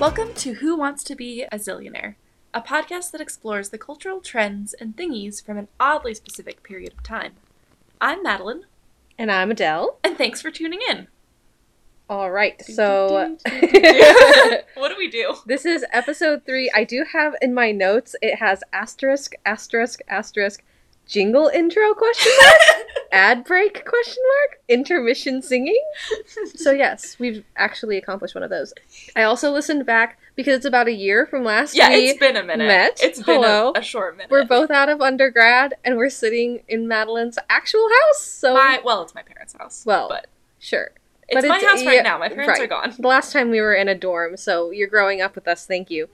Welcome to Who Wants to Be a Zillionaire, a podcast that explores the cultural trends and thingies from an oddly specific period of time. I'm Madeline, And I'm Adele. and thanks for tuning in. All right, so what do we do? this is episode three. I do have in my notes it has asterisk asterisk asterisk jingle intro question mark ad break question mark intermission singing. So yes, we've actually accomplished one of those. I also listened back because it's about a year from last yeah, we it's been a minute. met. It's been a, Hello. a short minute. we're both out of undergrad and we're sitting in Madeline's actual house. So my well, it's my parents' house. Well, but sure. it's but my it's- house right yeah, now. My parents are right. gone. The last time we were in a dorm, so you're growing up with us. Thank you.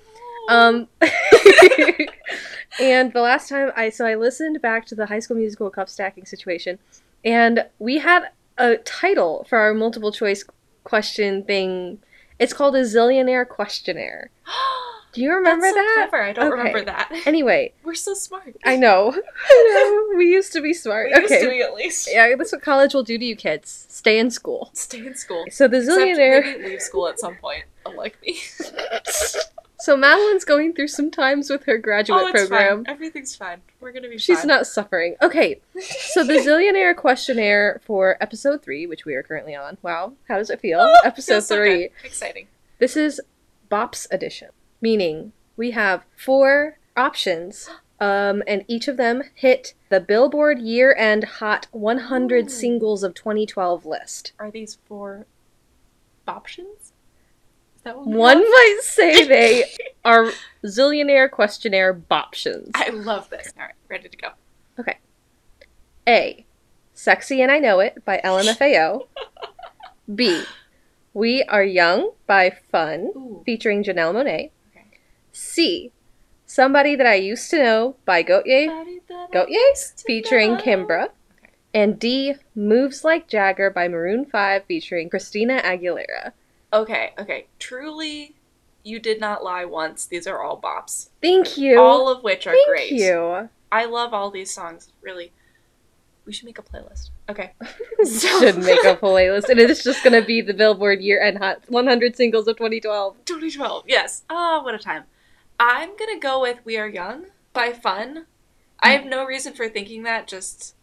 Um, and the last time I so I listened back to the High School Musical cup stacking situation, and we had a title for our multiple choice question thing. It's called a zillionaire questionnaire. Do you remember That's so that? Clever. I don't Okay. remember that. Anyway, We're so smart. I know. I know. We used to be smart. We okay. used to be at least. yeah, that's what college will do to you kids. Stay in school. Stay in school. So the Except zillionaire maybe leave school at some point, unlike me. So Madeline's going through some times with her graduate oh, it's program. fine. Everything's fine. We're gonna be She's fine. not suffering. Okay, so the Zillionaire Questionnaire for episode three, which we are currently on. Wow, how does it feel? episode Oh, Feels so three. good. Exciting. This is BOPS edition, meaning we have four options, um, and each of them hit the Billboard Year End Hot 100 Ooh. Singles of 2012 list. Are these four options? Is that what we One have? might say they are Zillionaire Questionnaire BOPtions. I love this. All right, ready to go. A. Sexy and I Know It by LMFAO. B. We Are Young by Fun Ooh. featuring Janelle Monet. Okay. C. Somebody That I Used to Know by Gautier Gautier featuring Kimbra. Okay. And D. Moves Like Jagger by Maroon 5 featuring Christina Aguilera. Okay, okay. Truly, you did not lie once. These are all bops, Thank you. all of which are Thank great. you. I love all these songs. Really, we should make a playlist. Okay, So- Should make a playlist. And it is just going to be the Billboard Year End Hot 100 Singles of 2012. 2012. Yes. Ah, what a time. I'm gonna go with "We Are Young" by Fun. I have no reason for thinking that. Just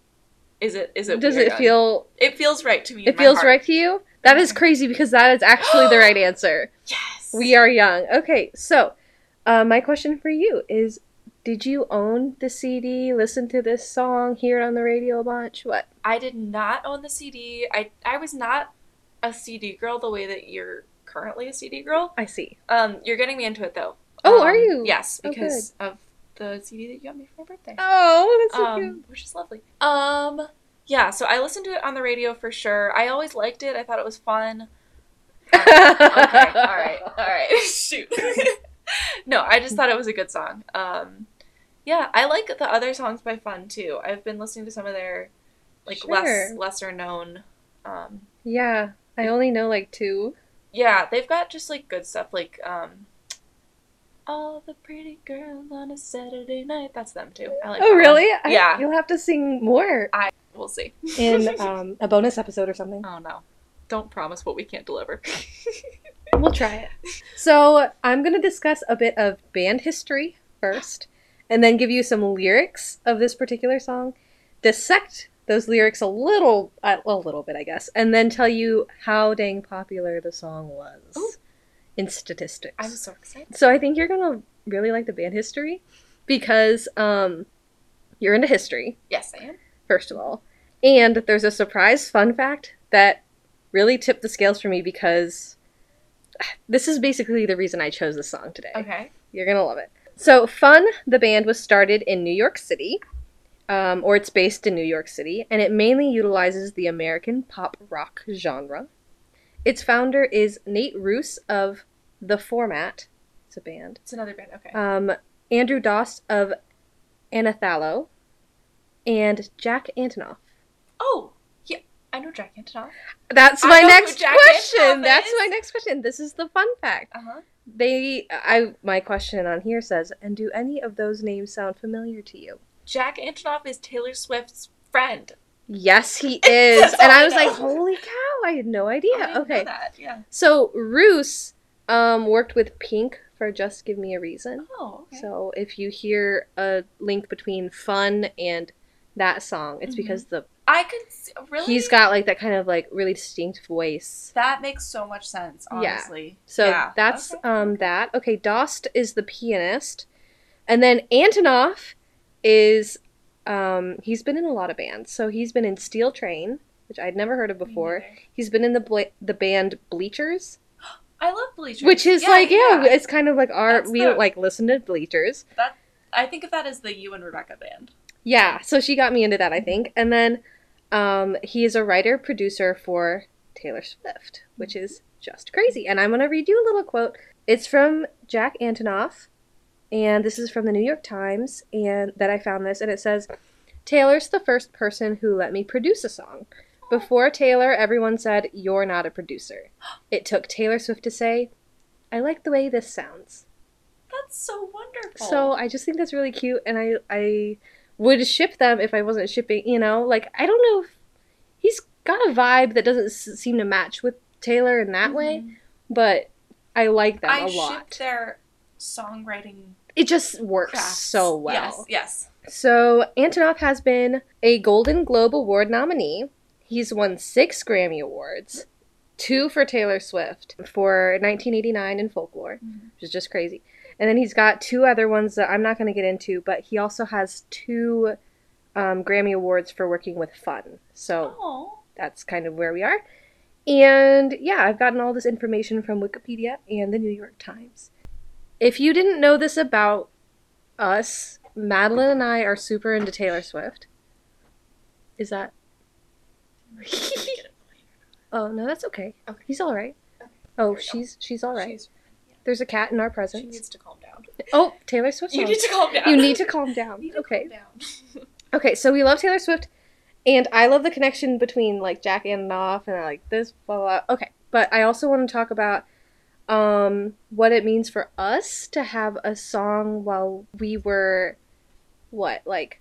is it? Is it? Does We Are it Young? feel It feels right to me. in It my feels heart. Mm-hmm. right to you? That is crazy because that is actually the right answer. Yes. We are young. Okay, so uh, my question for you is Did you own the CD, listen to this song, hear it on the radio a bunch? What? I did not own the CD. I I was not a CD girl the way that you're currently a CD girl. I see. Um, you're getting me into it though. Oh, Um, are you? Yes, Oh, because of the CD that you got me for my birthday. Oh, that's so cute. um, which is lovely. Um, yeah. So I listened to it on the radio for sure. I always liked it. I thought it was fun. okay, all right, all right. Shoot. no, I just thought it was a good song. Um, yeah, I like the other songs by Fun too. I've been listening to some of their like less Sure. lesser known. Um, Yeah, I only know like two. yeah, they've got just like good stuff like um, all the pretty girls on a Saturday night. That's them too. I like. that Oh, one. really? I- Yeah. you'll have to sing more We'll see. in um, a bonus episode or something. Oh no. Don't promise what we can't deliver. We'll try it. So I'm going to discuss a bit of band history first, and then give you some lyrics of this particular song, dissect those lyrics a little, uh, a little bit, I guess, and then tell you how dang popular the song was Ooh. in statistics. I'm so excited. So I think you're going to really like the band history because um, you're into history Yes, I am. first of all. And there's a surprise fun fact that really tipped the scales for me because this is basically the reason I chose this song today. Okay. You're going to love it. So, Fun, the band, was started in New York City, um, or it's based in New York City, and it mainly utilizes the American pop rock genre. Its founder is Nate Roos of The Format, it's a band, It's another band. Okay. um, Andrew Dost of Anathalo, and Jack Antonoff. oh, yeah. I know Jack Antonoff. That's I my know who next Jack question. Antonoff That's is. my next question. This is the fun fact. Uh huh. They, I, my question on here says, and do any of those names sound familiar to you? Jack Antonoff is Taylor Swift's friend. Yes, he is. That's and all I I was like, know. holy cow! I had no I didn't idea. know Okay, that. Yeah. so Roos Um, worked with Pink for Just Give Me a Reason. Oh, okay. So if you hear a link between fun and that song, it's Mhm. because the I could s- really. he's got like that kind of like really distinct voice. That makes so much sense. Yeah. Honestly. So Yeah, that's okay. um that. Okay, Dost is the pianist. And then Antonov is um he's been in a lot of bands. So he's been in Steel Train, which I'd never heard of Me before. neither. He's been in the bla- the band Bleachers, I love bleachers. which is like yeah, yeah. it's kind of like our That's we the- like listen to Bleachers. I think of that as the you and Rebecca band. Yeah, so she got me into that, I think. And then um, he is a writer producer for Taylor Swift, which is just crazy. And I'm going to read you a little quote. It's from Jack Antonoff, and this is from the New York Times, and that I found this, and it says, "Taylor's the first person who let me produce a song. Before Taylor, everyone said you're not a producer. It took Taylor Swift to say, I like the way this sounds." That's so wonderful. So I just think that's really cute, and I I would ship them if I wasn't shipping. You know, like I don't know if he's got a vibe that doesn't s- seem to match with Taylor in that way, Mhm. but I like that I a shipped lot. their songwriting It just works crafts. so well. Yes, yes. So Antonoff has been a Golden Globe Award nominee. He's won six Grammy Awards, two for Taylor Swift for 1989 and Folklore, Mhm. which is just crazy. And then he's got two other ones that I'm not going to get into, but he also has two um, Grammy Awards for working with fun. So Oh, that's kind of where we are. And yeah, I've gotten all this information from Wikipedia and the New York Times. If you didn't know this about us, Madeline and I are super into Taylor Swift. Is that? oh no, that's okay. Okay. He's all right. Okay. Oh, There we go. she's she's all right. She's- There's a cat in our she presence. needs to calm down. Oh, Taylor Swift. You song. need to calm down. You need to calm down. You need to okay. calm down. Okay, so we love Taylor Swift, and I love the connection between like Jack Antonoff and I like this blah blah. blah. Okay, but I also want to talk about um, what it means for us to have a song while we were what like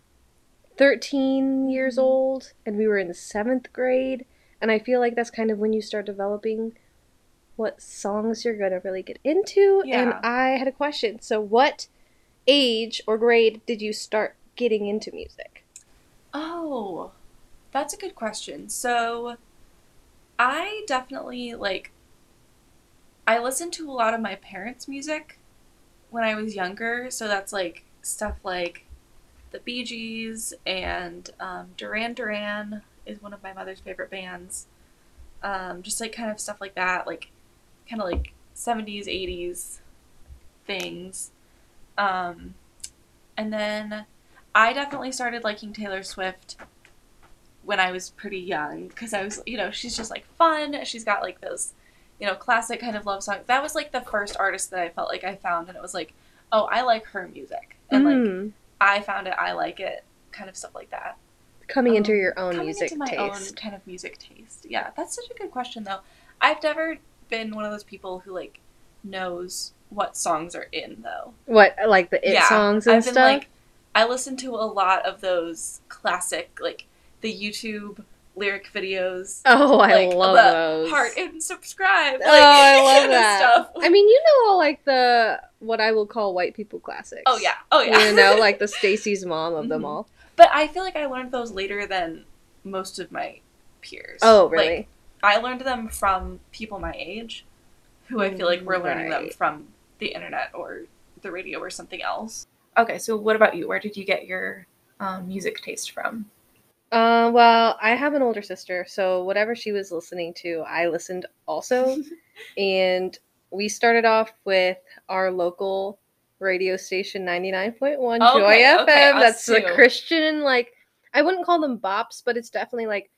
thirteen years Mhm. old, and we were in seventh grade, and I feel like that's kind of when you start developing what songs you're gonna really get into. And Yeah. I had a question. So, what age or grade did you start getting into music? Oh, that's a good question. So, I definitely like, I listened to a lot of my parents' music when I was younger. So, that's like stuff like the Bee Gees and um, Duran Duran is one of my mother's favorite bands. Um, just like kind of stuff like that, like kind of like 70s, 80s things. Um, and then. I definitely started liking Taylor Swift when I was pretty young because I was, you know, she's just like fun. She's got like those, you know, classic kind of love songs. That was like the first artist that I felt like I found, and it was like, oh, I like her music, and like Mm, I found it, I like it, kind of stuff like that. coming into um, your own Coming Oh, music into my own taste. kind of music taste, yeah, that's such a good question though. I've never been one of those people who like knows what songs are in though. What like the it Yeah, songs and I've been stuff? like, I listen to a lot of those classic, like the YouTube lyric videos. oh, I like, love the those. Heart and subscribe. Oh, like, I love kind of that. Stuff. I mean, you know all like the what I will call white people classics. Oh yeah, oh yeah. you know, like the Stacy's mom of them Mhm. all. but I feel like I learned those later than most of my peers. Oh, Like, really? I learned them from people my age, who I feel like we're learning them Right. from the internet or the radio or something else. Okay, so what about you? Where did you get your um, music taste from? Uh, well, I have an older sister, so whatever she was listening to, I listened also. and we started off with our local radio station 99.1 Okay, Joy okay, FM. us That's the too. Christian, like, I wouldn't call them bops, but it's definitely like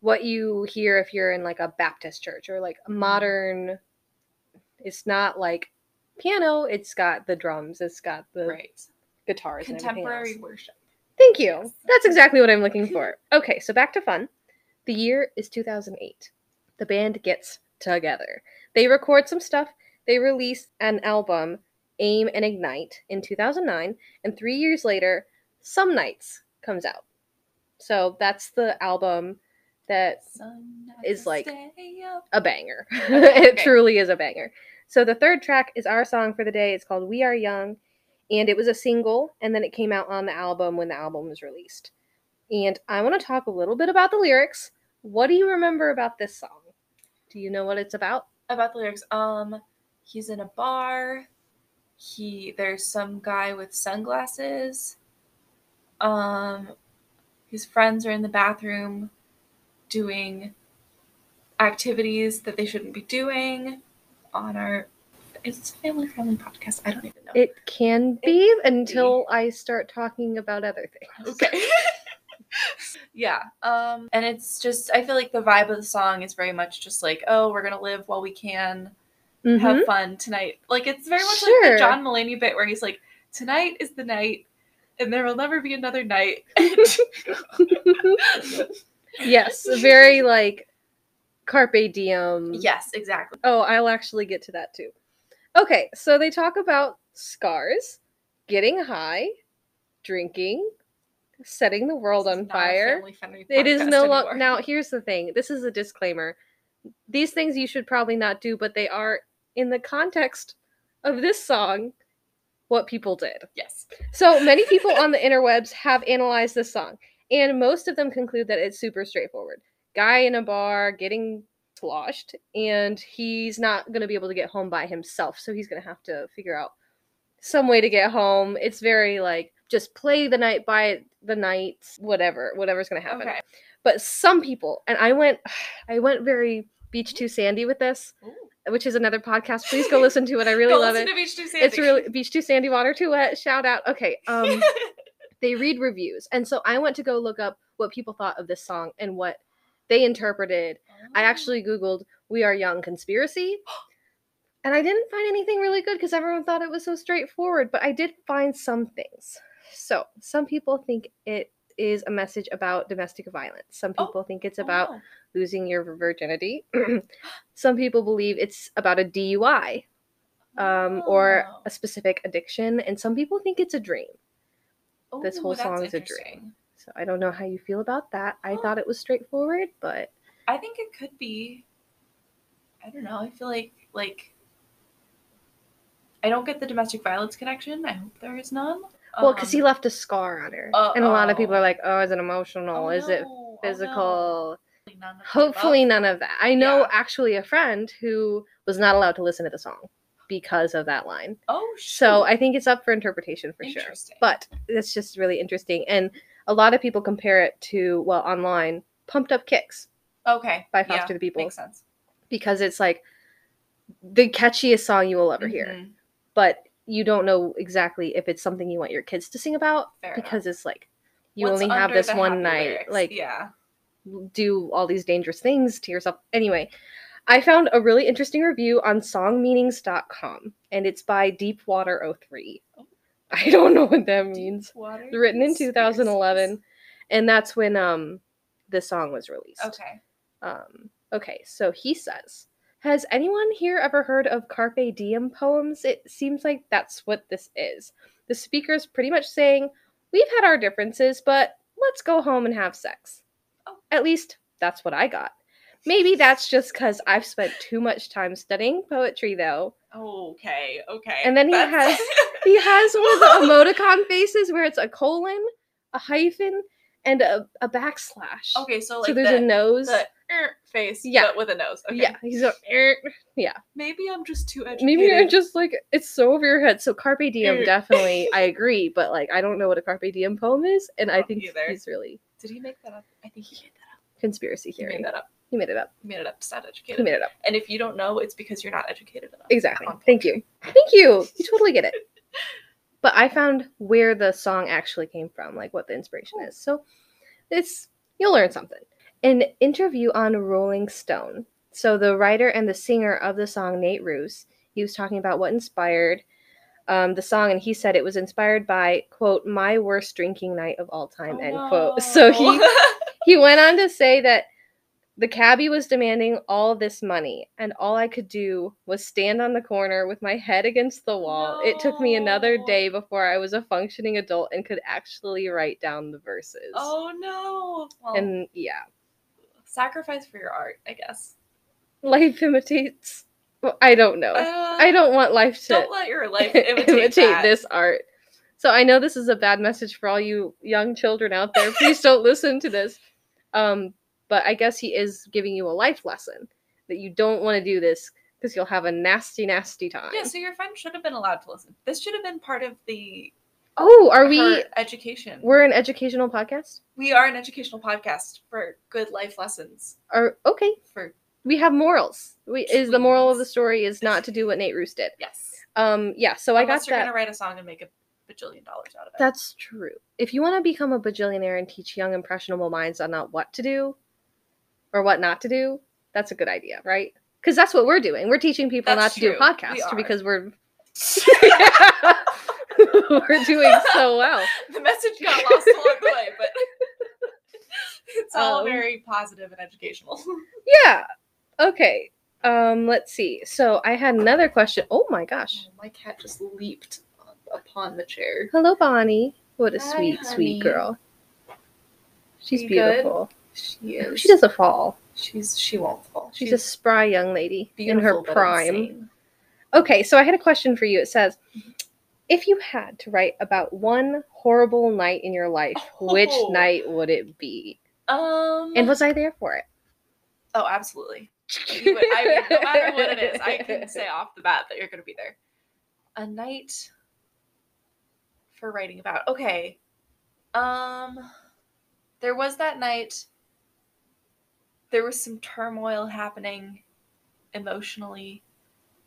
what you hear if you're in like a Baptist church or like a modern. It's not like piano, it's got the drums, it's got the Right. guitars, and everything else. Contemporary worship. Thank you. Yes. That's exactly what I'm looking for. Okay, so back to fun. The year is 2008. The band gets together. They record some stuff. They release an album, Aim and Ignite, in 2009. And three years later, Some Nights comes out. So that's the album that Sun at is the like- stay up. a banger. Okay, it okay. truly is a banger. So the third track is our song for the day. It's called We Are Young, and it was a single, and then it came out on the album when the album was released. And I want to talk a little bit about the lyrics. What do you remember about this song? Do you know what it's about? about the lyrics. Um, he's in a bar. He there's some guy with sunglasses. Um, his friends are in the bathroom doing activities that they shouldn't be doing on our it's a family friendly podcast. I don't even know. It can be until I start talking about other things. okay. yeah. Um and it's just I feel like the vibe of the song is very much just like, oh, we're gonna live while we can. Mhm. have fun tonight. Like it's very much like Sure. the John Mulaney bit where he's like, "Tonight is the night, and there will never be another night." yeah, yes, very like carpe diem. yes, exactly. Oh, I'll actually get to that too. Okay, so they talk about scars, getting high, drinking, setting the world This is on not a fire. family-friendly It is podcast no longer anymore. now. Here's the thing. This is a disclaimer. These things you should probably not do, but they are in the context of this song, what people did. Yes, So many people on the interwebs have analyzed this song, and most of them conclude that it's super straightforward. Guy in a bar getting sloshed, and he's not going to be able to get home by himself, so he's going to have to figure out some way to get home. It's very like just play the night by the night, whatever, whatever's going to happen. Okay. But some people, and I went, I went very beach too sandy with this, Ooh. which is another podcast. Please go listen to it. I really Go love it. listen to Beach Too Sandy. It's really beach too sandy, water too wet. Shout out. Okay. Um, they read reviews, and so I went to go look up what people thought of this song and what they interpreted. Mm. I actually googled "We Are Young" conspiracy, and I didn't find anything really good because everyone thought it was so straightforward. But I did find some things. So some people think it is a message about domestic violence. Some Oh. people think it's Oh, about wow. losing your virginity. Some people believe it's about a DUI um, or Oh. a specific addiction, and some people think it's a dream. this Ooh, whole that's song is a dream. Oh, interesting. So I don't know how you feel about that. I Huh. thought it was straightforward, but I think it could be. I don't know. I feel like like. I don't get the domestic violence connection. I hope there is none. well, because he Um, left a scar on her, and a lot of people uh-oh. are like, "Oh, is it emotional? oh is it no, oh no. physical?" Hopefully none of the Hopefully, above. none of that. I know Yeah. actually a friend who was not allowed to listen to the song because of that line. Oh, So shoot. I think it's up for interpretation for sure. Interesting. But it's just really interesting. And a lot of people compare it to, well, online, Pumped Up Kicks okay, by yeah, Foster the People makes sense. because it's like the catchiest song you will ever hear. Mhm, But you don't know exactly if it's something you want your kids to sing about fair enough. because it's like you What's only have under this the one happy night. lyrics? Like, yeah, do all these dangerous things to yourself. Anyway, I found a really interesting review on songmeanings.com and it's by Deepwater03. Oh. I don't know what that means. Water Written in conspiracies. 2011 and that's when um the song was released. Okay. Um okay, so he says, "Has anyone here ever heard of carpe diem poems? It seems like that's what this is. The speaker's pretty much saying, "We've had our differences, but let's go home and have sex." Oh. At least that's what I got. Maybe that's just cuz I've spent too much time studying poetry though. Okay. Okay. And then he That's- He has one of the emoticon faces where it's a colon, a hyphen, and a, a backslash. okay, so like so there's the, a nose. the er, face, Yeah. but with a nose. Okay. Yeah, he's a, er, Maybe I'm just too educated. maybe you're just like it's so over your head. So carpe diem, Er. definitely, I agree. But like, I don't know what a carpe diem poem is, and I don't think either. he's really Did he make that up? I think he made that up. conspiracy He theory. made that up. He made it up. He made it up. It's not educated. He made it up. and if you don't know, it's because you're not educated enough. Exactly. on Thank you. Thank you. You totally get it. But I found where the song actually came from, like what the inspiration is. So it's you'll learn something. An interview on Rolling Stone. So the writer and the singer of the song, Nate Roos, he was talking about what inspired um, the song, and he said it was inspired by quote my worst drinking night of all time Oh, end quote. So he he went on to say that the cabbie was demanding all this money, and all I could do was stand on the corner with my head against the wall. It took me another No. day before I was a functioning adult and could actually write down the verses. Oh no. Well, And yeah, sacrifice for your art, I guess. life imitates Well, I don't know. Uh, I don't want life to Don't let your life imitate, that. this art. So I know this is a bad message for all you young children out there. Please don't listen to this. Um, but I guess he is giving you a life lesson that you don't want to do this because you'll have a nasty, nasty time. Yeah, so your friend should have been allowed to listen. This should have been part of the Oh, are we? her education. We're an educational podcast. we are an educational podcast for good life lessons. Or okay, For we have morals. We is the moral of the Please. story is not to do what Nate Roos did. yes, Um, yeah. So I Unless got you're that. gonna write a song and make a bajillion dollars out of it. That's true. If you want to become a bajillionaire and teach young impressionable minds on not what to do or what not to do, that's a good idea, right? Because that's what we're doing. We're teaching people That's not to true. do We podcasts are. because we're we're doing so well. the message got lost along the way, but it's all Um, very positive and educational. Yeah. Okay. Um, let's see. So I had another question. Oh my gosh. My cat just leaped upon the chair. Hello, Bonnie. What a Hi, sweet, honey. sweet girl. She's You good? beautiful. She is. She doesn't fall. She's she won't fall. She's, a spry young lady in her beautiful but prime. insane. Okay, so I had a question for you. It says, if you had to write about one horrible night in your life, which Oh. night would it be? Um. And was I there for it? Oh, absolutely. You would, I mean, no matter what it is, I can say off the bat that you're going to be there. A night for writing about. Okay. Um, there was that night. There was some turmoil happening emotionally,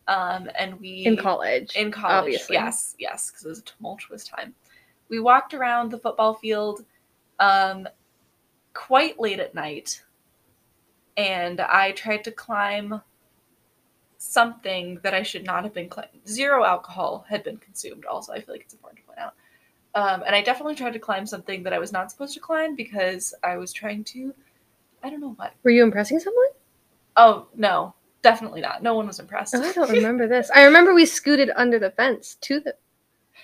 um, and we in college. in college. obviously. Yes, yes, because it was a tumultuous time. We walked around the football field um, quite late at night, and I tried to climb something that I should not have been climbing. Zero alcohol had been consumed, also. I feel like it's important to point out. Um, and I definitely tried to climb something that I was not supposed to climb because I was trying to, I don't know what. Were you impressing someone? Oh, no, definitely not. No one was impressed. Oh, I don't remember this. I remember we scooted under the fence to the.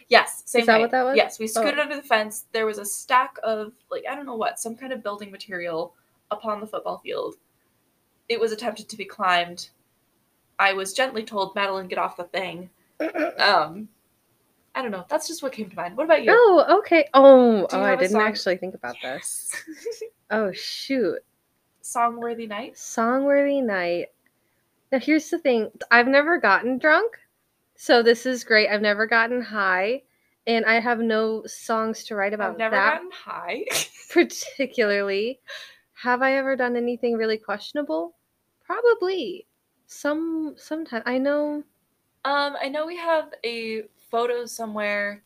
Yes, same. that night. what that was? Yes, we Oh. scooted under the fence. There was a stack of like I don't know what, some kind of building material upon the football field. It was attempted to be climbed. I was gently told, Madeline, get off the thing. Um, I don't know. That's just what came to mind. What about you? Oh, okay. Oh, Do oh you I have a didn't song? actually think about this. Oh shoot, Song worthy night. songworthy night. Now here's the thing: I've never gotten drunk, so this is great. I've never gotten high, and I have no songs to write about I've never that. gotten high. particularly. Have I ever done anything really questionable? Probably. Some sometime I know um, I know we have a photo somewhere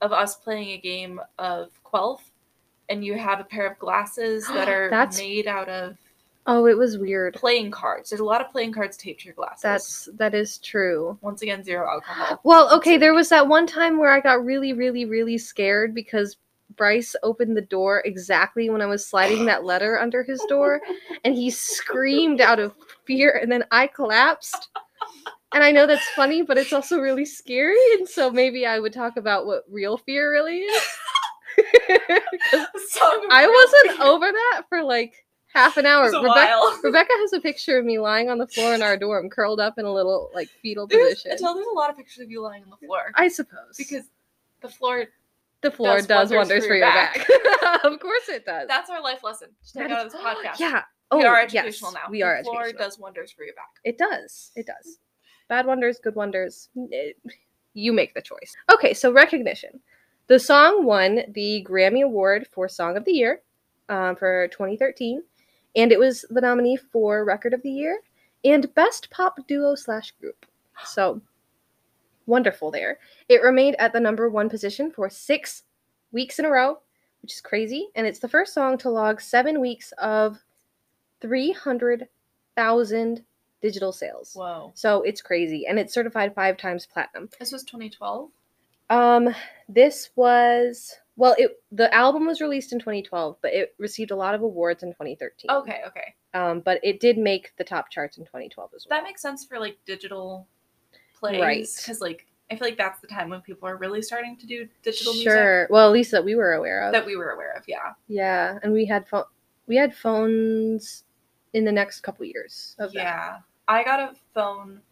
of us playing a game of Quelf, and you have a pair of glasses that are That's- made out of oh it was weird. playing cards. There's a lot of playing cards taped to your glasses. That's that is true. once again zero alcohol. Well, okay, there was that one time where I got really, really, really scared because Bryce opened the door exactly when I was sliding that letter under his door and he screamed out of fear and then I collapsed. And I know that's funny, but it's also really scary. And so maybe I would talk about what real fear really is. Song of I Real wasn't Fear. over that for like half an hour. It was a Rebecca, while. Rebecca has a picture of me lying on the floor in our dorm, curled up in a little like fetal There's, position. Adele, there's a lot of pictures of you lying on the floor I suppose because the floor. the floor does does, wonders wonders, for for your your back. back. of course, it does. That's our life lesson. Just take That out of is- this podcast. Yeah. Oh, we are yes, educational now. We are the floor educational. does wonders for your back. It does. It does. Bad wonders, good wonders. It- you make the choice. Okay, so recognition. The song won the Grammy Award for Song of the Year um, for 2013, and it was the nominee for Record of the Year and Best Pop Duo slash Group. So wonderful there. It remained at the number one position for six weeks in a row, which is crazy, and it's the first song to log seven weeks of 300,000 digital sales. Whoa. So it's crazy, and it's certified five times platinum. This was 2012. Um, this was well, it the album was released in 2012, but it received a lot of awards in 2013. Okay, okay. Um, but it did make the top charts in 2012 as well. That makes sense for like digital plays. Right. Because like I feel like that's the time when people are really starting to do digital music sure. Well, at least that we were aware of. that we were aware of. Yeah. yeah, and we had phone we had phones in the next couple years of that. yeah. I got a phone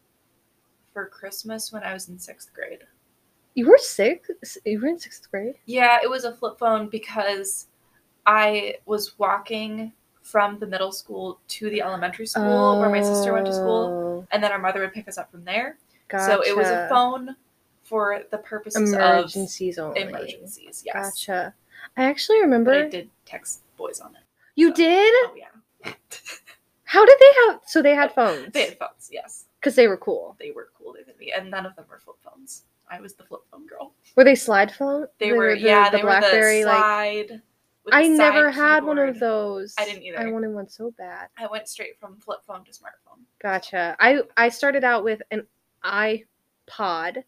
for Christmas when I was in sixth grade. You were six. You were in sixth grade. Yeah, it was a flip phone because I was walking from the middle school to the elementary school where my sister went to school, Oh, and then our mother would pick us up from there. So it was a gotcha. phone for the purposes Emergencies of only. emergencies. Yes, Gotcha. I actually But I remember. did text boys on it. you so- did? Oh yeah, How did they have? So they had phones they had phones. Yes, because they were cool. they were cooler than me, and none of them were flip phones. I was the flip phone girl. Were they slide phone? They were yeah, they were the like- slide. with the I never side had one of keyboard. those. I didn't either. I wanted one so bad. I went straight from flip phone to smartphone. Gotcha. I I started out with an iPod,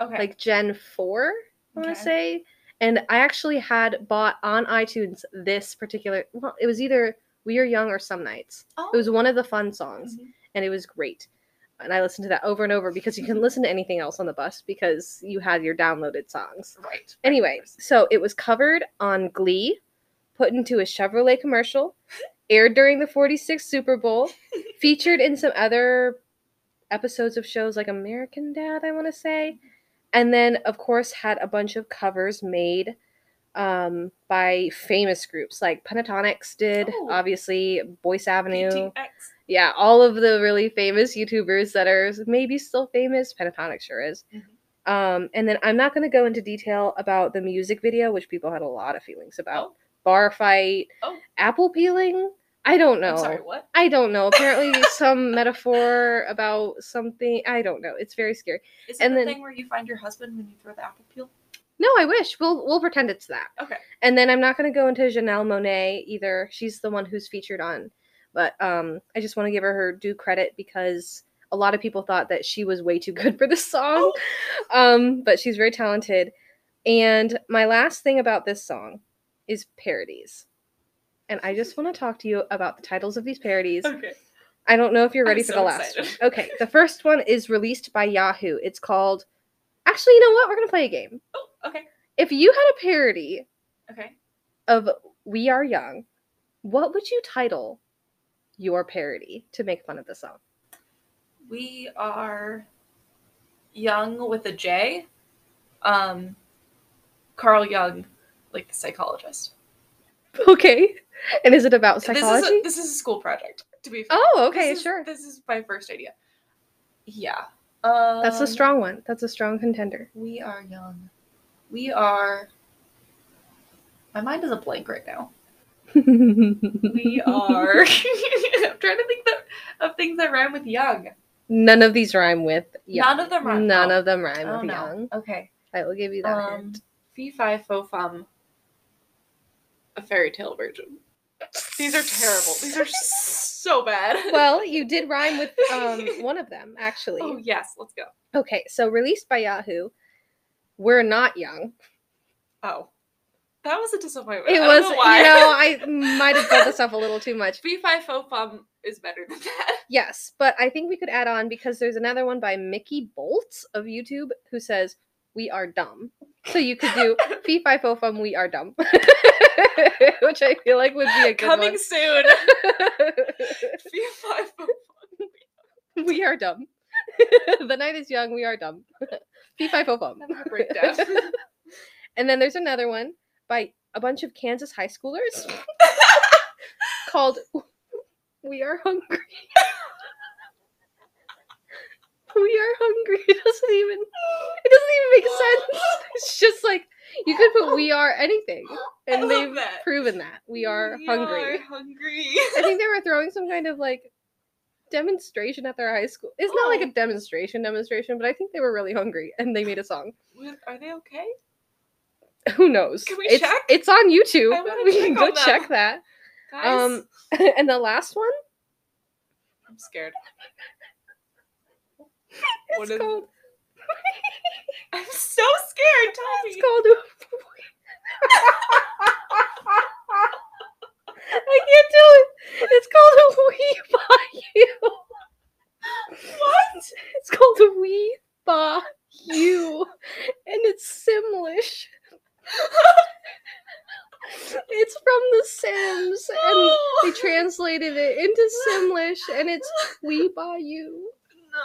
Okay. like Gen four, I want Okay. to say, and I actually had bought on iTunes this particular. Well, it was either We Are Young or Some Nights. oh. It was one of the fun songs, Mhm. and it was great. And I listened to that over and over because you Mm-hmm. can listen to anything else on the bus because you had your downloaded songs. right. Anyway, so it was covered on Glee, put into a Chevrolet commercial, aired during the 46th Super Bowl, featured in some other episodes of shows like American Dad, I want to say. And then, of course, had a bunch of covers made um, by famous groups like Pentatonics did, Oh. obviously, Boyce Avenue. PTX. Yeah, all of the really famous YouTubers that are maybe still famous. Pentatonic sure is. Mhm. Um, and then I'm not going to go into detail about the music video, which people had a lot of feelings about. Bar fight, Oh. apple peeling. I don't know. I'm sorry, what? I don't know. Apparently, some metaphor about something. I don't know. It's very scary. Is And it the then- thing where you find your husband when you throw the apple peel? No, I wish. We'll we'll pretend it's that. Okay. And then I'm not going to go into Janelle Monet either. She's the one who's featured on. But um, I just want to give her her due credit because a lot of people thought that she was way too good for this Oh. song. Um, but she's very talented. And my last thing about this song is parodies. And I just want to talk to you about the titles of these parodies. Oh, Okay. I don't know if you're I'm ready for so the last excited. one. Okay, the first one is released by Yahoo. It's called. Actually, you know what? We're going to play a game. Oh, okay. If you had a parody Okay. of We Are Young, what would you title your parody to make fun of the song? We are young with a J. Um Carl Jung, like the psychologist. Okay. And is it about This is psychology? a, this is a school project, to be fair. oh, okay, This is- sure. This is my first idea. Yeah. Um, That's a strong one. That's a strong contender. We are young. We are. My mind is a blank right now. We are. I'm trying to think that, of things that rhyme with young. None of these rhyme with young. None of them rhyme- None oh. of them rhyme oh with no. young. Okay. I will give you that. Um, hint. fee fi fo fum. A fairy tale version. These are terrible. These are so bad. well, you did rhyme with um, one of them, actually. oh yes, let's go. Okay, so released by Yahoo, We're Not Young. Oh, that was a disappointment. It I was, don't you know why. know, I might have built this up a little too much. Fee fi fo fum is better than that. Yes, but I think we could add on because there's another one by Mickey Bolts of YouTube who says, We are dumb. So you could do Fee Fi Fo Fum, We Are Dumb. Which I feel like would be a good Coming soon. one. Fee fi fo fum. we are dumb. the night is young, we are dumb. Fee Fi Fo Fum. I'm gonna break down. And then there's another one by a bunch of Kansas high schoolers called We Are Hungry. we are hungry. It doesn't even it doesn't even make sense. It's just like you could put we are anything. I love And they've that. proven that. We are hungry. are hungry. I think they were throwing some kind of like demonstration at their high school. It's not like Oh. a demonstration demonstration, but I think they were really hungry and they made a song. With- Are they okay? Who knows? Can we it's, check? It's on YouTube. I wanna We can check on go them. check that. Guys, Um, and the last one I'm scared. is What is- called I'm so scared. Tell it's me. called. I can't do it. It's called a wee by you. What? It's called a wee by you, and it's Simlish. it's from The Sims, and they translated it into Simlish, and it's we by you. no.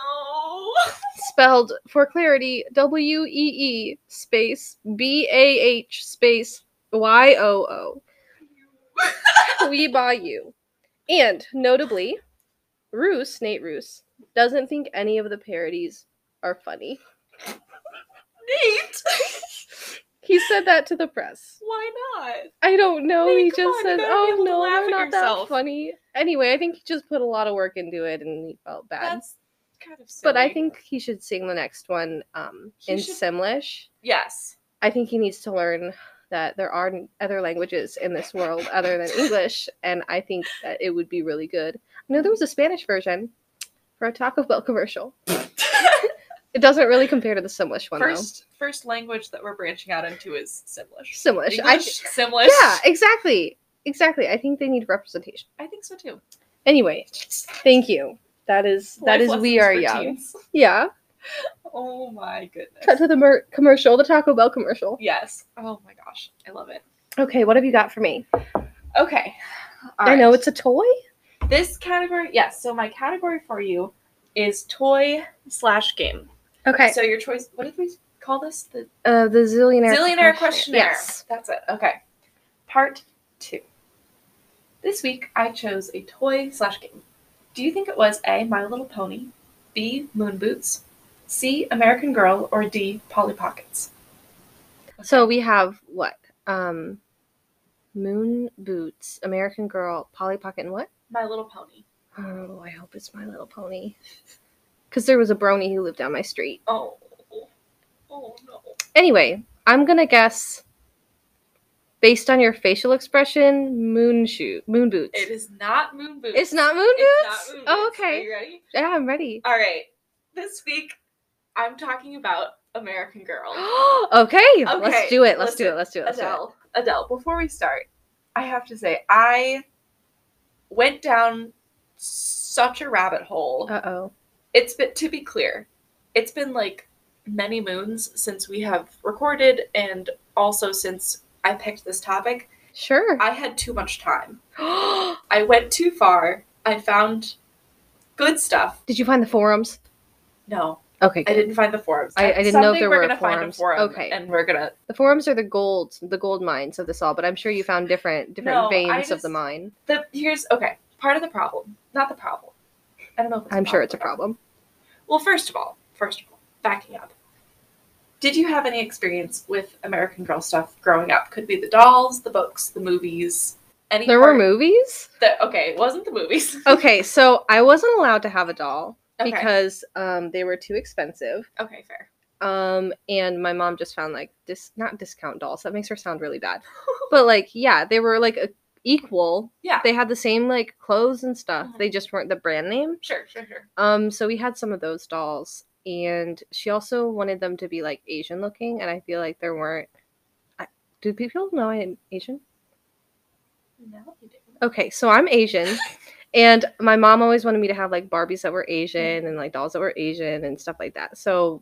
no. Spelled for clarity W E E space B A H space Y O O. we buy you. And notably, Roos, Nate Roos, doesn't think any of the parodies are funny. Nate, He said that to the press. why not? I don't know. Nate, he come just on, you gotta says, be "Oh able to no, laugh they're at not yourself." that funny." Anyway, I think he just put a lot of work into it, and he felt bad. That's kind of silly. but I think he should sing the next one um, He in should- Simlish. yes. I think he needs to learn that there are n- other languages in this world other than English, and I think that it would be really good. I know there was a Spanish version for a Taco Bell commercial. It doesn't really compare to the Simlish one first first language that we're branching out into is Simlish. though. Simlish, I English, Simlish. yeah, exactly, exactly. I think they need representation. I think so too. Anyway, thank you. That is that is Life we lessons are for young. teens. Yeah. Oh my Cut goodness. to the mer- commercial, the Taco Bell commercial. yes. Oh my gosh, I love it. Okay, what have you got for me? Okay. All I know right. it's a toy. this category. Yes. So my category for you is toy slash game. Okay. So your choice. What did we call this? The uh, the zillionaire. Zillionaire questionnaire. questionnaire. Yes. That's it. Okay. Part two. This week I chose a toy slash game. Do you think it was A, My Little Pony, B, Moon Boots, C, American Girl, or D, Polly Pockets? So we have what? Um, Moon Boots, American Girl, Polly Pocket, and what? My Little Pony. Oh, I hope it's My Little Pony. Because there was a brony who lived down my street. Oh. Oh no. Anyway, I'm gonna guess. Based on your facial expression, moon shoe, moon boots. It is not Moon Boots. It's not moon It's boots. not Moon Oh, Boots. Are okay. you ready? Yeah, I'm ready. All right. This week I'm talking about American Girl. okay, let's Okay, do it. Let's do listen, it. Let's do it. Let's do it. Adele, Adele, before we start, I have to say I went down such a rabbit hole. Uh oh. it's been to be clear, it's been like many moons since we have recorded and also since I picked this topic. Sure. I had too much time. I went too far. I found good stuff. Did you find the forums? No, Okay. I good. didn't find the forums. I- I didn't know if Someday there we're were gonna find a forums. forum Okay. and we're gonna The forums are the gold, the gold mines of this all, but I'm sure you found different different No, I veins of just- the mine. the here's okay. Part of the problem, not the problem. I don't know. If I'm sure it's a or not. problem. Well, first of all, first of all, backing up. Did you have any experience with American Girl stuff growing up? Could be the dolls, the books, the movies. Any There were part movies? that- okay, it wasn't the movies. Okay, so I wasn't allowed to have a doll Okay. because um, they were too expensive. okay, fair. Um, and my mom just found like dis- not discount dolls. That makes her sound really bad. But like, yeah, they were like a- equal. Yeah. They had the same like clothes and stuff. Mhm. They just weren't the brand name. Sure, sure, sure. Um, so we had some of those dolls, and she also wanted them to be like Asian looking, and I feel like there weren't. I, do people know I'm Asian? No, you didn't. Okay, so I'm Asian, and my mom always wanted me to have like Barbies that were Asian and like dolls that were Asian and stuff like that. So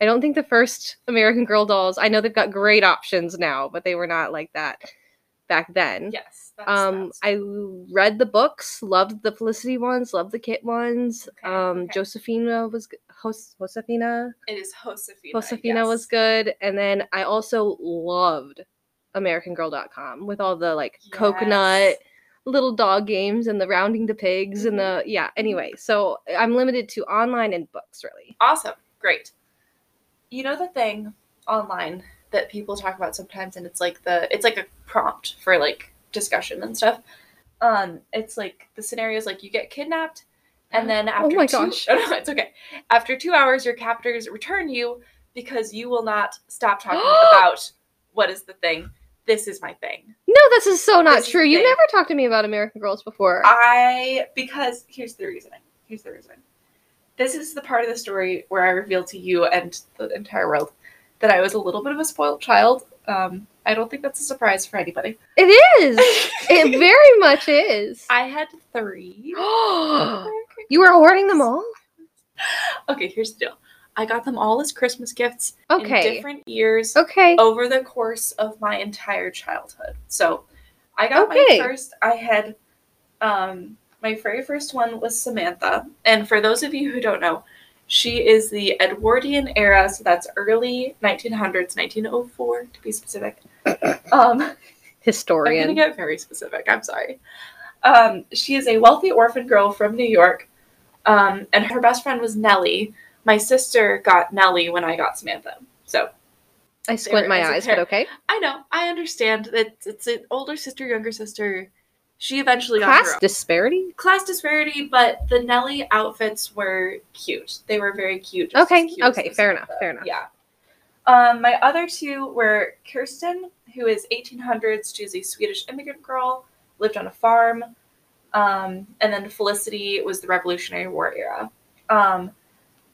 I don't think the first American Girl dolls. I know they've got great options now, but they were not like that back then. Yes. That's, Um, that's- I l- read the books, loved the Felicity ones, loved the Kit ones. Okay, um, okay. Josephina was g- Jos- Josefina. it is Josefina. Josefina yes. was good, and then I also loved AmericanGirl.com with all the like coconut Yes. little dog games and the rounding the pigs and the Mm-hmm. yeah. Anyway, so I'm limited to online and books really. Awesome. Great. You know the thing online that people talk about sometimes and it's like the it's like a prompt for like discussion and stuff. Um it's like the scenario is like you get kidnapped and then after my two, gosh. Oh, no, it's okay. After 2 hours your captors return you because you will not stop talking about what is the thing. This is my thing. No, this is so not This is the true. You thing. never talked to me about American Girls before. I because here's the reasoning. Here's the reasoning. This is the part of the story where I reveal to you and the entire world that I was a little bit of a spoiled child. Um, I don't think that's a surprise for anybody. it is. it very much is. I had three. you were hoarding them all. okay, here's the deal. I got them all as Christmas gifts in Okay. different years Okay. over the course of my entire childhood. So I got Okay. my first. I had um, my very first one was Samantha, and for those of you who don't know, She is the Edwardian era, so that's early 1900s, 1904 to be specific. Um, I'm Historian. going to get very specific. I'm sorry. Um, she is a wealthy orphan girl from New York, um, and her best friend was Nellie. My sister got Nellie when I got Samantha. So I squint my There is eyes, a pair. but okay. I know. I understand that it's an older sister, younger sister. She eventually got her Class own. disparity? class disparity, but the Nelly outfits were cute. They were very cute. just as Okay, cute as okay, the fair Samantha. enough, fair enough. Yeah. Um, my other two were Kirsten, who is 1800s. She's a Swedish immigrant girl, lived on a farm. Um, and then Felicity was the Revolutionary War era. Um,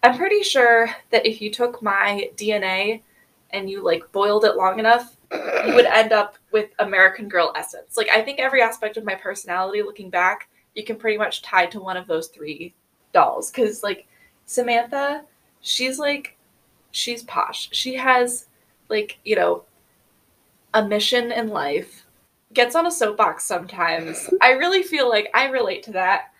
I'm pretty sure that if you took my DNA and you like boiled it long enough, you would end up with American girl essence. Like I think every aspect of my personality looking back, you can pretty much tie to one of those three dolls cuz like Samantha, she's like she's posh. She has like, you know, a mission in life. Gets on a soapbox sometimes. I really feel like I relate to that.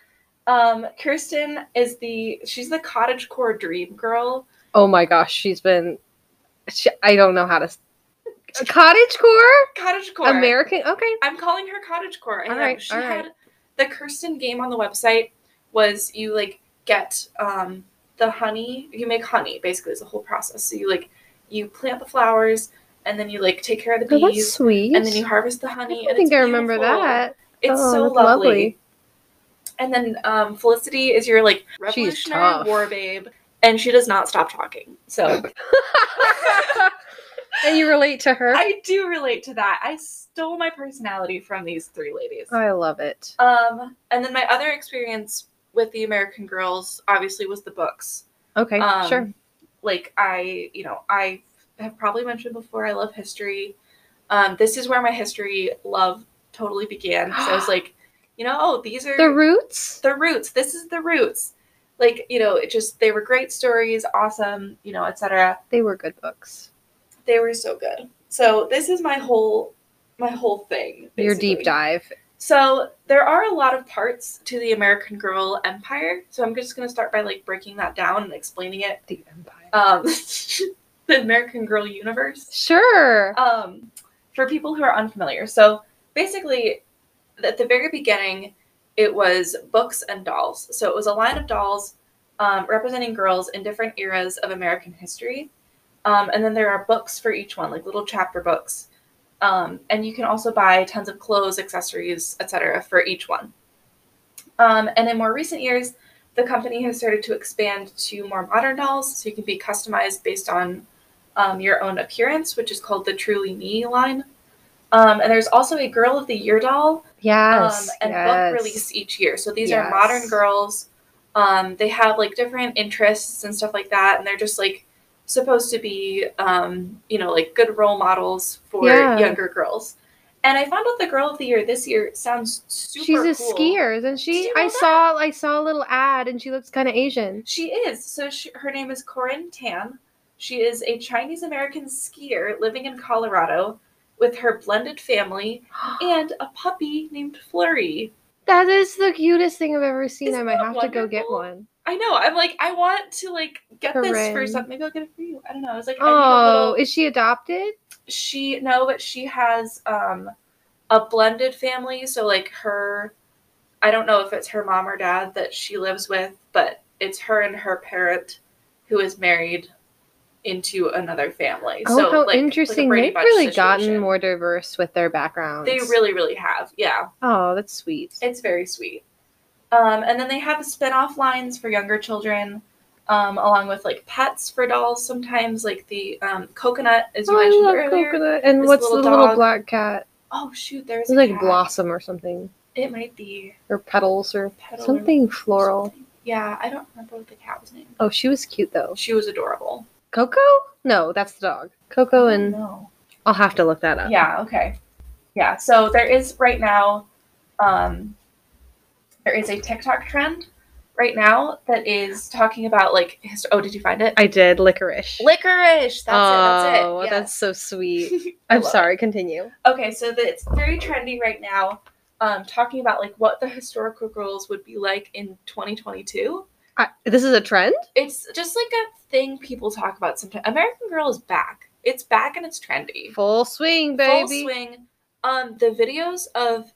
Um Kirsten is the she's the cottage core dream girl. Oh my gosh, she's been. She, I don't know how to. s- Cottage core? Cottage core. American? Okay. I'm calling her cottage core. I All know. right, she all had the Kirsten game on the website was you like get um the honey, you make honey basically is the whole process. So you like you plant the flowers and then you like take care of the Oh, that's bees sweet. and then you harvest the honey. and I don't think it's I remember beautiful. that. It's Oh, so that's lovely. And then um Felicity is your like She is revolutionary tough. war babe and she does not stop talking. So and you relate to her? I do relate to that. I stole my personality from these three ladies. I love it. Um, and then my other experience with the American Girls obviously was the books. Okay, Um, sure. Like I, you know, I have probably mentioned before, I love history. Um, this is where my history love totally began. So I was like, you know, oh, these are The roots? the roots. This is the roots. Like, you know, it just they were great stories, awesome, you know, etc. They were good books. They were so good. So this is my whole my whole thing. Your deep basically. dive. So there are a lot of parts to the American Girl empire. So I'm just gonna start by like breaking that down and explaining it. The empire. Um, the American Girl universe. Sure. Um, for people who are unfamiliar, so basically, at the very beginning, it was books and dolls. So it was a line of dolls um, representing girls in different eras of American history. Um, and then there are books for each one, like little chapter books. Um, and you can also buy tons of clothes, accessories, etc. for each one. Um, and in more recent years, the company has started to expand to more modern dolls, so you can be customized based on um, your own appearance, which is called the Truly Me line. Um, and there's also a Girl of the Year doll, yes. um, and yes. book release each year. So these Yes. are modern girls. Um, they have like different interests and stuff like that, and they're just like supposed to be, um, you know, like good role models for Yeah. younger girls. And I found out the girl of the year this year sounds super. She's a cool. skier, isn't she? you I know saw I saw a little ad and she looks kind of Asian. She is. So she, her name is Corinne Tan. She is a Chinese American skier living in Colorado with her blended family and a puppy named Flurry. That is the cutest thing I've ever seen. I Isn't might that have to go get wonderful? one. I know. I'm like, I want to like get this for Corinne. something. Maybe I'll get it for you. I don't know. I was like, I need a Oh, little. is she adopted? She no, but she has um a blended family. So like her, I don't know if it's her mom or dad that she lives with, but it's her and her parent who is married into another family. Oh, so how like- like a interesting. Brady They've Bunch really gotten situation. more diverse with their backgrounds. They really, really have. Yeah, Oh, that's sweet. it's very sweet. Um, and then they have spin-off lines for younger children, um, along with like pets for dolls. Sometimes, like the um, coconut, as you oh, I mentioned love earlier. coconut. And this what's little the little dog. black cat? Oh shoot, there's It's like cat. blossom or something. It might be Or petals or petal or something floral. something. Yeah, I don't remember what the cat was named. Oh, she was cute though. She was adorable. Coco? No, that's the dog. Coco Oh, and no. I'll have to look that up. Mm-hmm. Yeah. Okay. Yeah. So there is right now, um, there is a TikTok trend right now that is talking about like. His- oh, did you find it? I did licorice. Licorice. That's it. That's it. Oh, Yes. that's so sweet. I I'm love it. sorry, continue. okay so that it's very trendy right now um, talking about like what the historical girls would be like in 2022 I, this is a trend. It's just like a thing people talk about sometimes. American Girl is back. It's back and it's trendy. Full swing, baby. Full swing. Um, the videos of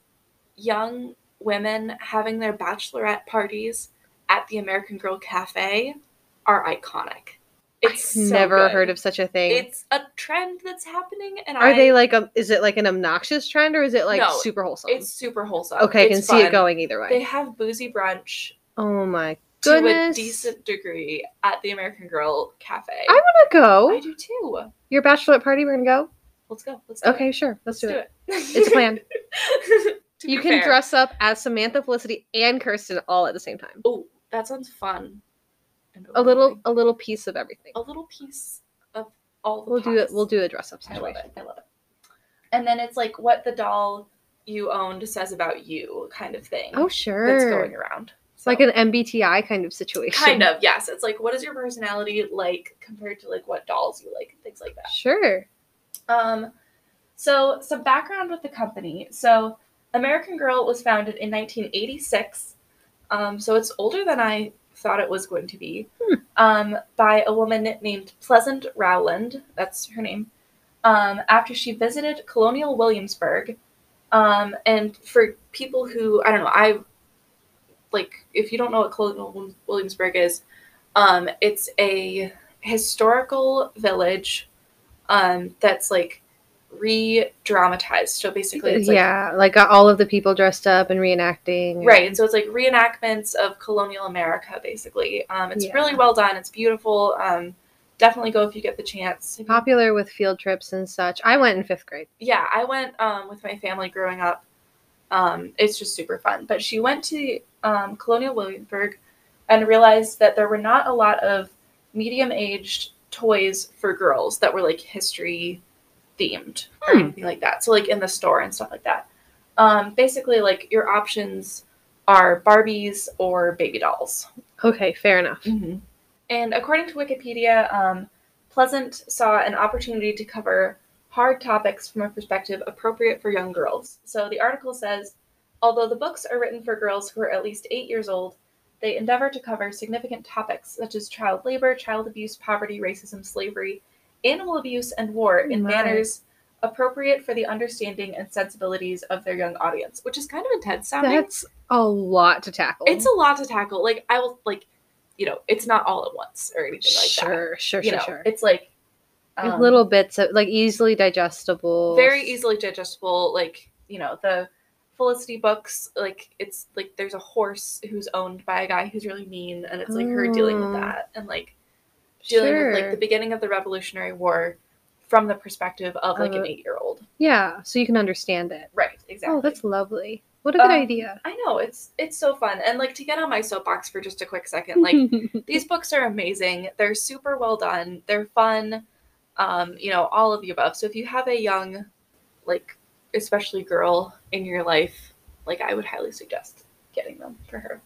young women having their bachelorette parties at the American Girl Cafe are iconic. It's I've so never good. heard of such a thing. It's a trend that's happening, and Are I, they like um is it like an obnoxious trend or is it like No, super wholesome? It's super wholesome. okay, I can It's see it fun. going either way. They have boozy brunch oh my to a goodness. decent degree at the American Girl Cafe. I wanna go. I do too. Your bachelorette party, we're gonna go? Let's go. Let's do it. Okay, sure. Let's, do, it. it. It's planned. To you be can fair. dress up as Samantha Felicity and Kirsten all at the same time. Oh, that sounds fun. And A little overwhelming. a little piece of everything. a little piece of all the We'll do it pies. we'll do a dress up I love situation. it. I love it. And then it's like what the doll you owned says about you kind of thing. Oh That's sure. going around. It's like an MBTI kind of situation. kind of, yes. It's like what is your personality like compared to like what dolls you like and things like that. Sure. Um, so some background with the company. So American Girl was founded in 1986. Um, so it's older than I thought it was going to be. Hmm. Um, by a woman named Pleasant Rowland. That's her name. Um, after she visited Colonial Williamsburg, um, and for people who I don't know, I like if you don't know what Colonial Williamsburg is, um, it's a historical village um, that's like re-dramatized. So basically, it's like yeah, like got all of the people dressed up and reenacting. and- right, and so it's like reenactments of colonial America. Basically, um, it's Yeah. really well done. It's beautiful. Um, definitely go if you get the chance. Popular with field trips and such. I went in fifth grade. Yeah, I went um, with my family growing up. Um, it's just super fun. But she went to um, Colonial Williamsburg and realized that there were not a lot of medium-aged toys for girls that were like history themed or Hmm. anything like that. So like in the store and stuff like that. Um, basically, like your options are Barbies or baby dolls. Okay, fair enough. And according to Wikipedia, um, Pleasant saw an opportunity to cover hard topics from a perspective appropriate for young girls. So the article says although the books are written for girls who are at least eight years old, they endeavor to cover significant topics such as child labor, child abuse, poverty, racism, slavery, animal abuse, and war in My. manners appropriate for the understanding and sensibilities of their young audience, which is kind of intense sounding. That's a lot to tackle. It's a lot to tackle. Like I will like, you know, it's not all at once or anything like that. sure, sure, You sure, know, sure. it's like Like um, little bits of like easily digestible. very easily digestible. Like you know the Felicity books. Like it's like there's a horse who's owned by a guy who's really mean, and it's like her dealing with Oh. that and like dealing with like Sure. the beginning of the Revolutionary War from the perspective of like Uh, an eight year old. Yeah, so you can understand it. Right. Exactly. Oh, that's lovely. What a good Um, idea. I know it's it's so fun and like to get on my soapbox for just a quick second like these books are amazing. They're super well done. They're fun. Um, you know, all of the above. So if you have a young, like, especially girl in your life, like I would highly suggest getting them for her.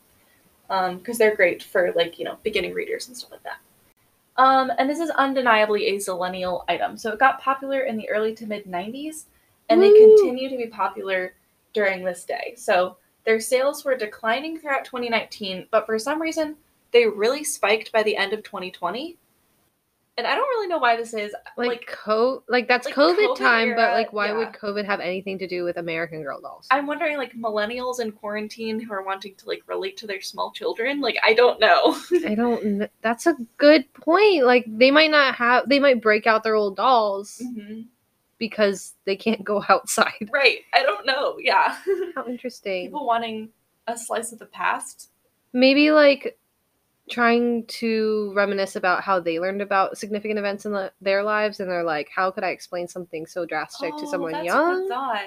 Um, because they're great for like, you know, beginning readers and stuff like that. Um, and this is undeniably a zillennial item. So it got popular in the early to mid 90s, and they Woo! continue to be popular during this day. So their sales were declining throughout 2019, but for some reason, they really spiked by the end of 2020. And I don't really know why this is. like, like- co like that's like COVID, COVID time, but era, like why yeah. would COVID have anything to do with American Girl dolls? I'm wondering, like, millennials in quarantine who are wanting to, like, relate to their small children. Like, I don't know. I don't. kn- That's a good point. Like they might not have. They might break out their old dolls Mm-hmm. because they can't go outside. Right. I don't know. Yeah. How interesting. People wanting a slice of the past. Maybe like trying to reminisce about how they learned about significant events in the, their lives, and they're like, "How could I explain something so drastic to Oh, someone that's a good young?" I thought.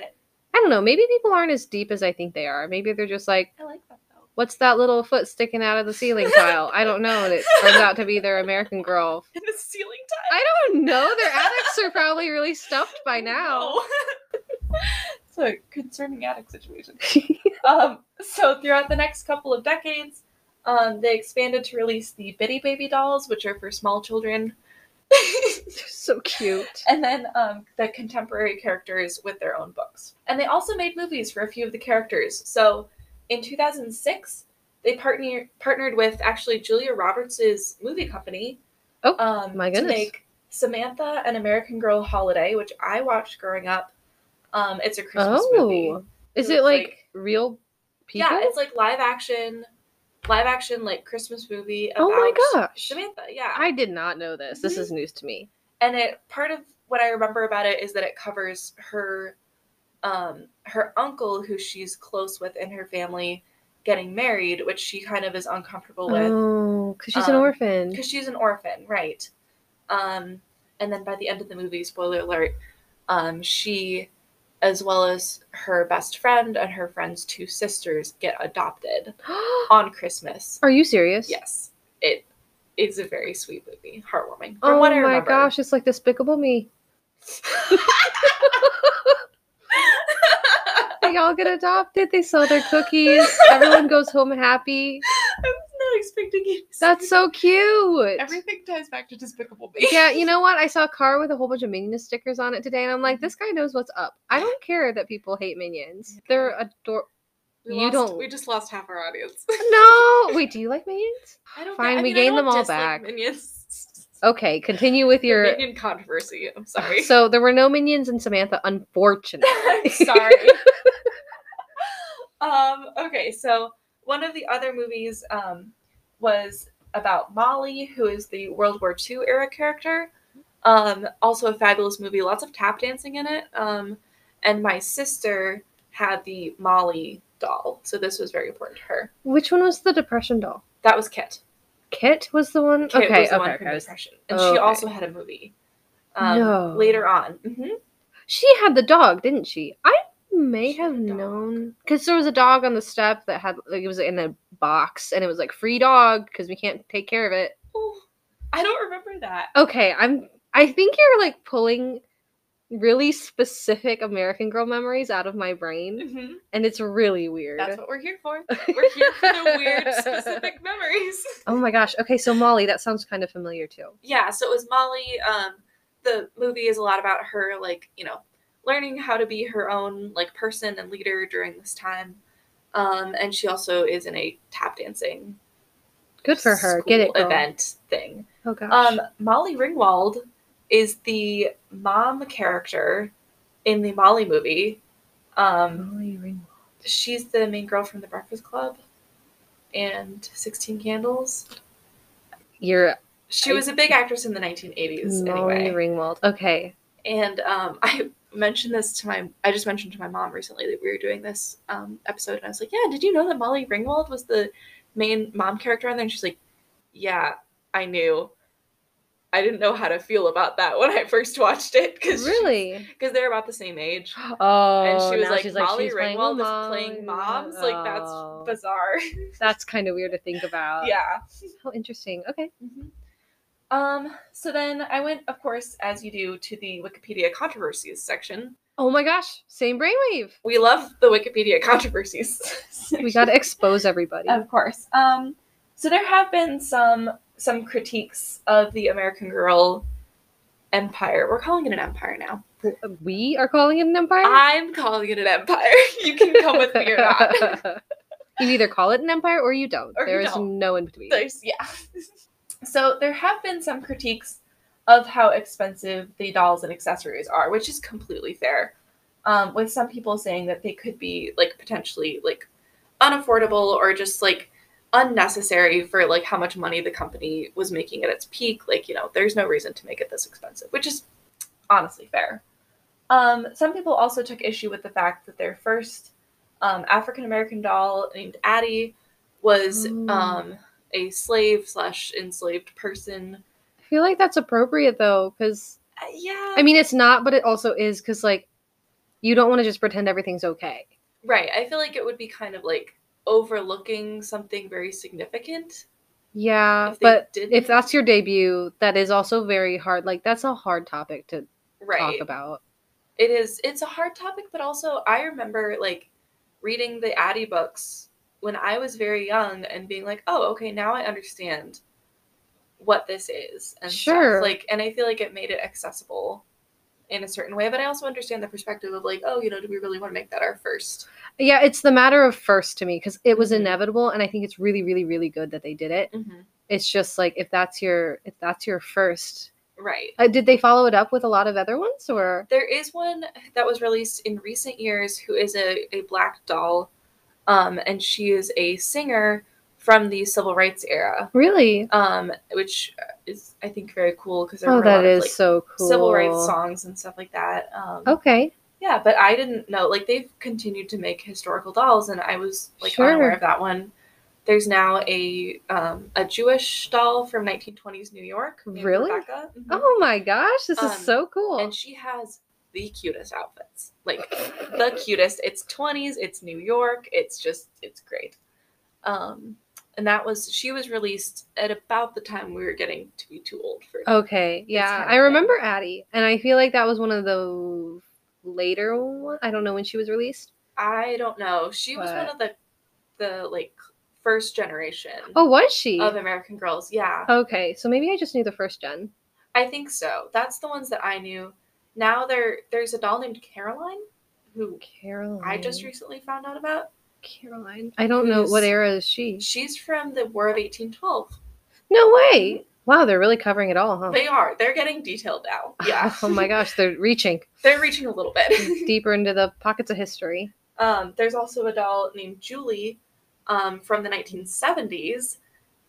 don't know. Maybe people aren't as deep as I think they are. Maybe they're just like. I like that, though. What's that little foot sticking out of the ceiling tile? I don't know. And it turns out to be their American girl. In the ceiling time. I don't know. Their attics are probably really stuffed by now. No. it's a concerning attic situation. um, so throughout the next couple of decades, um, they expanded to release the Bitty Baby dolls, which are for small children, They're so cute. and then um, the contemporary characters with their own books. And they also made movies for a few of the characters. So in 2006, They partner partnered with actually Julia Roberts' movie company. Oh, um, my to goodness. make Samantha an American Girl Holiday, which I watched growing up. Um, it's a Christmas Oh. movie. Is It it was like, like- real people? Yeah, it's like live action, live action like Christmas movie. About Oh my gosh. Samantha. Yeah, I did not know this. This Mhm. is news to me. and it part of what I remember about it is that it covers her, um, her uncle who she's close with in her family getting married, which she kind of is uncomfortable with. Oh, because she's an um, orphan. because she's an orphan, right? Um, and then by the end of the movie, spoiler alert, um, she, as well as her best friend and her friend's two sisters, get adopted on Christmas. Are you serious? Yes, it is a very sweet movie, heartwarming. From Oh what I my remember. gosh, it's like Despicable Me. They all get adopted. They sell their cookies. Everyone goes home happy. I was not expecting you. To say That's so cute. that. Everything ties back to Despicable Me. yeah, you know what? I saw a car with a whole bunch of Minion stickers on it today, and I'm like, this guy knows what's up. I don't care that people hate Minions. They're ador. we you lost- don't- We just lost half our audience. No, wait, do you like Minions? I don't. Fine, I we mean, I gained don't them all dislike back. Minions. Okay, continue with The your. minion controversy. I'm sorry. So there were no Minions in Samantha, unfortunately. I'm sorry. um, okay, so one of the other movies um, was about Molly, who is the World War II era character. Um, also a fabulous movie, lots of tap dancing in it. Um, and my sister had the Molly doll, so this was very important to her. Which one was the Depression doll? That was Kit. Kit was the one. Kit okay, was the okay, one from okay. I was- Depression, and okay. she also had a movie um, No. later on. hmm She had the dog, didn't she? I may She had have a dog. known because there was a dog on the step that had like it was in a box and it was like free dog because we can't take care of it. Oh, I don't remember that. Okay, I'm. I think you're like pulling really specific American Girl memories out of my brain, hmm and it's really weird. That's what we're here for. We're here for the weird, specific memories. oh my gosh. Okay, so Molly, that sounds kind of familiar too. Yeah, so it was Molly. Um, the movie is a lot about her, like, you know, learning how to be her own, like, person and leader during this time. Um, and she also is in a tap dancing Good for her. Get school it. Girl. event thing. Oh gosh. Um, Molly Ringwald is the mom character in the Molly movie. Um, Molly Ringwald. she's the main girl from The Breakfast Club and 16 Candles. You're She I- was a big actress in the 1980s, Molly anyway. Ringwald. Okay. And um, I mentioned this to my, I just mentioned to my mom recently that we were doing this um, episode, and I was like, "Yeah, did you know that Molly Ringwald was the main mom character on there?" And she's like, "Yeah, I knew. I didn't know how to feel about that when I first watched it because Really? because they're about the same age." Oh, And she was now like, she's "Molly she's playing Ringwald mom." is playing moms. Like that's Oh, bizarre. that's kind of weird to think about. yeah. How interesting. Okay. Mhm. Um, so then I went, of course, as you do, to the Wikipedia controversies section. Oh my gosh, same brainwave. We love the Wikipedia controversies. We got to expose everybody. of course. Um, so there have been some some critiques of the American Girl empire. We're calling it an empire now. Uh, we are calling it an empire. I'm calling it an empire. You can come with me or not. you either call it an empire or you don't. Or you There is don't. no in between. There's yeah. so there have been some critiques of how expensive the dolls and accessories are, which is completely fair. Um, with some people saying that they could be like potentially like unaffordable or just like unnecessary for like how much money the company was making at its peak. Like you know, there's no reason to make it this expensive, which is honestly fair. Um, some people also took issue with the fact that their first um, African American doll named Addie was Oh. um, a slave slash enslaved person. I feel like that's appropriate though, because Uh, yeah, I mean it's not, but it also is, because like you don't want to just pretend everything's okay. right. I feel like it would be kind of like overlooking something very significant. Yeah, If they but didn't, if that's your debut, that is also very hard. Like that's a hard topic to right, talk about. it is. It's a hard topic, but also I remember like reading the Addie books when I was very young and being like, oh, okay, now I understand what this is and stuff. Sure. Like, and I feel like it made it accessible in a certain way, but I also understand the perspective of like, oh, you know, do we really want to make that our first? Yeah, it's the matter of first to me because it was Mhm. inevitable, and I think it's really, really, really good that they did it. Mm-hmm. It's just like if that's your if that's your first, Right. uh, did they follow it up with a lot of other ones or? There is one that was released in recent years who is a, a black doll, um, and she is a singer from the civil rights era, Really? um, which is I think very cool because there Oh, were a lot that of is like so cool. Oh. civil rights songs and stuff like that. Um, Okay. Yeah, but I didn't know. Like they've continued to make historical dolls, and I was like unaware Sure. of that one. There's now a um, a Jewish doll from 1920s New York. named Really? Rebecca. Mhm. Oh my gosh, this Um, is so cool. And she has the cutest outfits. Like the cutest. It's 20s, it's New York, it's just it's great. Um and that was she was released at about the time we were getting to be too old for Okay, yeah, kind of I thing. remember Addie, and I feel like that was one of the later one. I don't know when she was released. I don't know. She was one But- of the the like first generation Oh, was she? of American girls. Yeah. Okay, so maybe I just knew the first gen. I think so. That's the ones that I knew. Now there there's a doll named Caroline who Caroline. I just recently found out about. Caroline. I don't know what Who's- era is she. She's from the War of 1812. No way! Wow, they're really covering it all, huh? They are. They're getting detailed now. Yeah. oh my gosh, they're reaching They're reaching a little bit. deeper into the pockets of history. um, there's also a doll named Julie um, from the 1970s.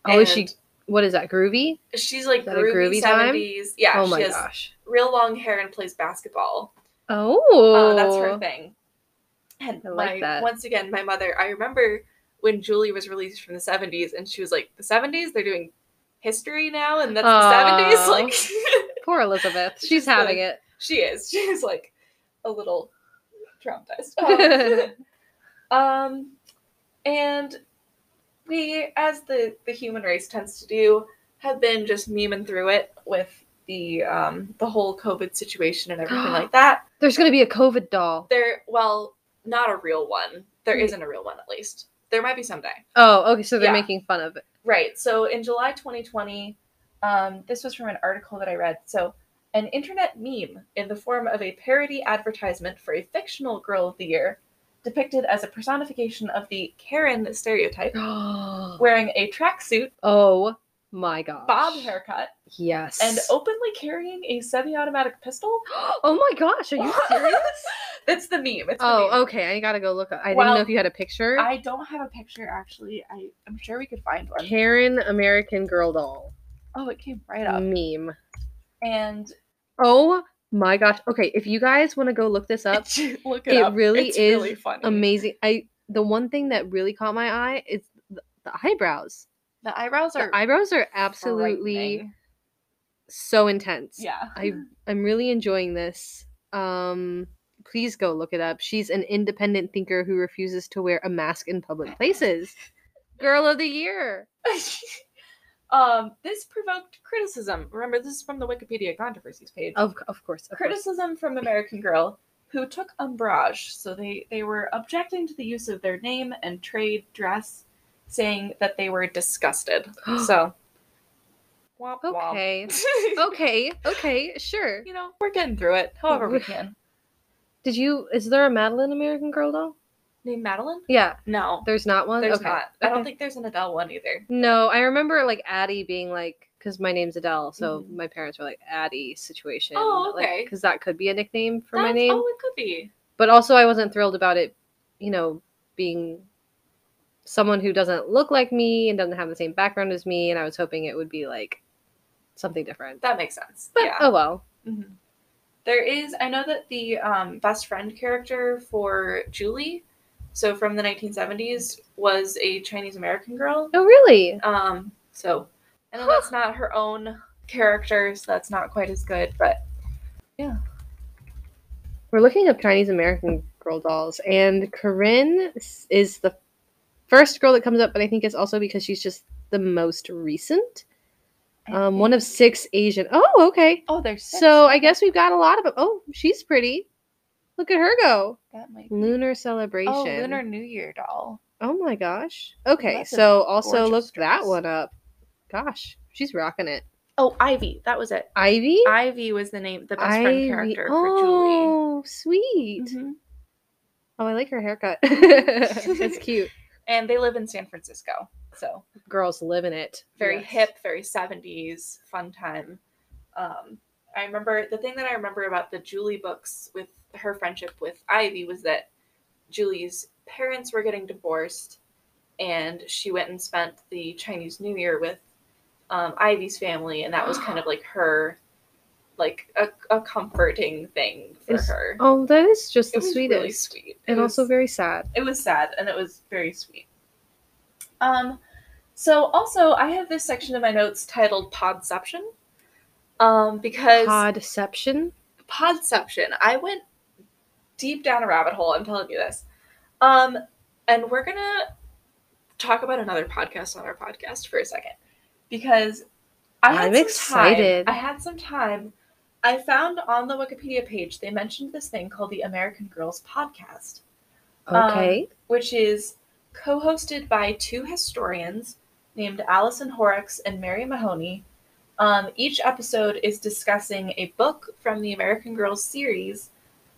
Oh, is she? and What is that? Groovy? She's like Is that a groovy, groovy time? 70s. Yeah, oh my she has gosh. real long hair and plays basketball. Oh, Uh, that's her thing. And I like my- that. once again, my mother, I remember when Julie was released from the 70s and she was like, the 70s? They're doing history now and that's Aw. the 70s? Like, Poor Elizabeth. She's She's like- having it. She is. She's like a little traumatized. Um, um, and we, as the the human race tends to do, have been just memeing through it with the um the whole COVID situation and everything like that. There's gonna be a COVID doll. There, well, not a real one. There isn't a real one, at least. There might be someday. Oh, okay. So they're Yeah. making fun of it. Right. So in July 2020, um, this was from an article that I read. So, an internet meme in the form of a parody advertisement for a fictional Girl of the Year, depicted as a personification of the Karen stereotype, oh wearing a tracksuit, my god. bob haircut, Yes. and openly carrying a semi automatic pistol. oh my gosh, are you serious? That's the meme. It's the meme. oh, okay. I gotta go look. Up. I didn't Well, know if you had a picture. I don't have a picture, actually. I, I'm sure we could find one. Karen American Girl doll Oh, it came right up. meme. And Oh my gosh. Okay, if you guys want to go look this up, look it, It up. really It's is really funny. amazing. I the one thing that really caught my eye is the, the eyebrows. The eyebrows The are eyebrows are absolutely frightening. so intense. yeah. I I'm really enjoying this. Um please go look it up. She's an independent thinker who refuses to wear a mask in public places. Girl of the year. um, this provoked criticism. Remember, this is from the Wikipedia controversies page. Of of course. Of course. criticism from American Girl, who took umbrage. So they they were objecting to the use of their name and trade dress, saying that they were disgusted. so, womp womp. Okay. okay. Okay. Sure. you know, we're getting through it, however we can. Did you is there a Madeline American Girl doll? Named Madeline? Yeah. No, There's not one? there's okay. not. I don't Okay. think there's an Adele one either. No, I remember like Addie being like because my name's Adele, so Mhm. my parents were like Addie situation. Oh, okay. Because that could be a nickname for my That's- name. Oh, it could be. but also I wasn't thrilled about it, you know, being someone who doesn't look like me and doesn't have the same background as me, and I was hoping it would be like something different. That makes sense. But yeah. oh well. Mhm. There is, I know that the um, best friend character for Julie, so from the 1970s, was a Chinese American girl. Oh really? Um, so, I know that's not her own character, so that's not quite as good, but We're looking up Chinese American girl dolls, and Corinne s- is the first girl that comes up, but I think it's also because she's just the most recent. I Um, think- one of six Asian. Oh, okay. oh, there's six. So I guess we've got a lot of them. Oh, she's pretty. Look at her go. that might be. Lunar celebration. Oh, Lunar New Year doll. Oh my gosh. Okay, That's a so also look gorgeous that dress. one up. Gosh, she's rocking it. Oh, Ivy. That was it. Ivy? Ivy was the name, the best friend Ivy. character for Oh, sweet. Julie. Mhm. Oh, I like her haircut. That's cute. And they live in San Francisco. So Girls living it. very Yes. hip, very 70s, fun time. Um, I remember the thing that I remember about the Julie books with her friendship with Ivy was that Julie's parents were getting divorced, and she went and spent the Chinese New Year with um, Ivy's family, and that was kind of like her, like a, a comforting thing for It's her. Oh, that is just it the was sweetest. really sweet. It and was- also very sad. it was sad and it was very sweet. Um, so also I have this section of my notes titled Podception, um, because Podception. Podception. I went deep down a rabbit hole. I'm telling you this, um, and we're gonna talk about another podcast on our podcast for a second because I had I'm some excited. Time, I had some time. I found on the Wikipedia page they mentioned this thing called the American Girls Podcast Um, Okay. which is co hosted by two historians named Allison Horrocks and Mary Mahoney. Um, each episode is discussing a book from the American Girls series,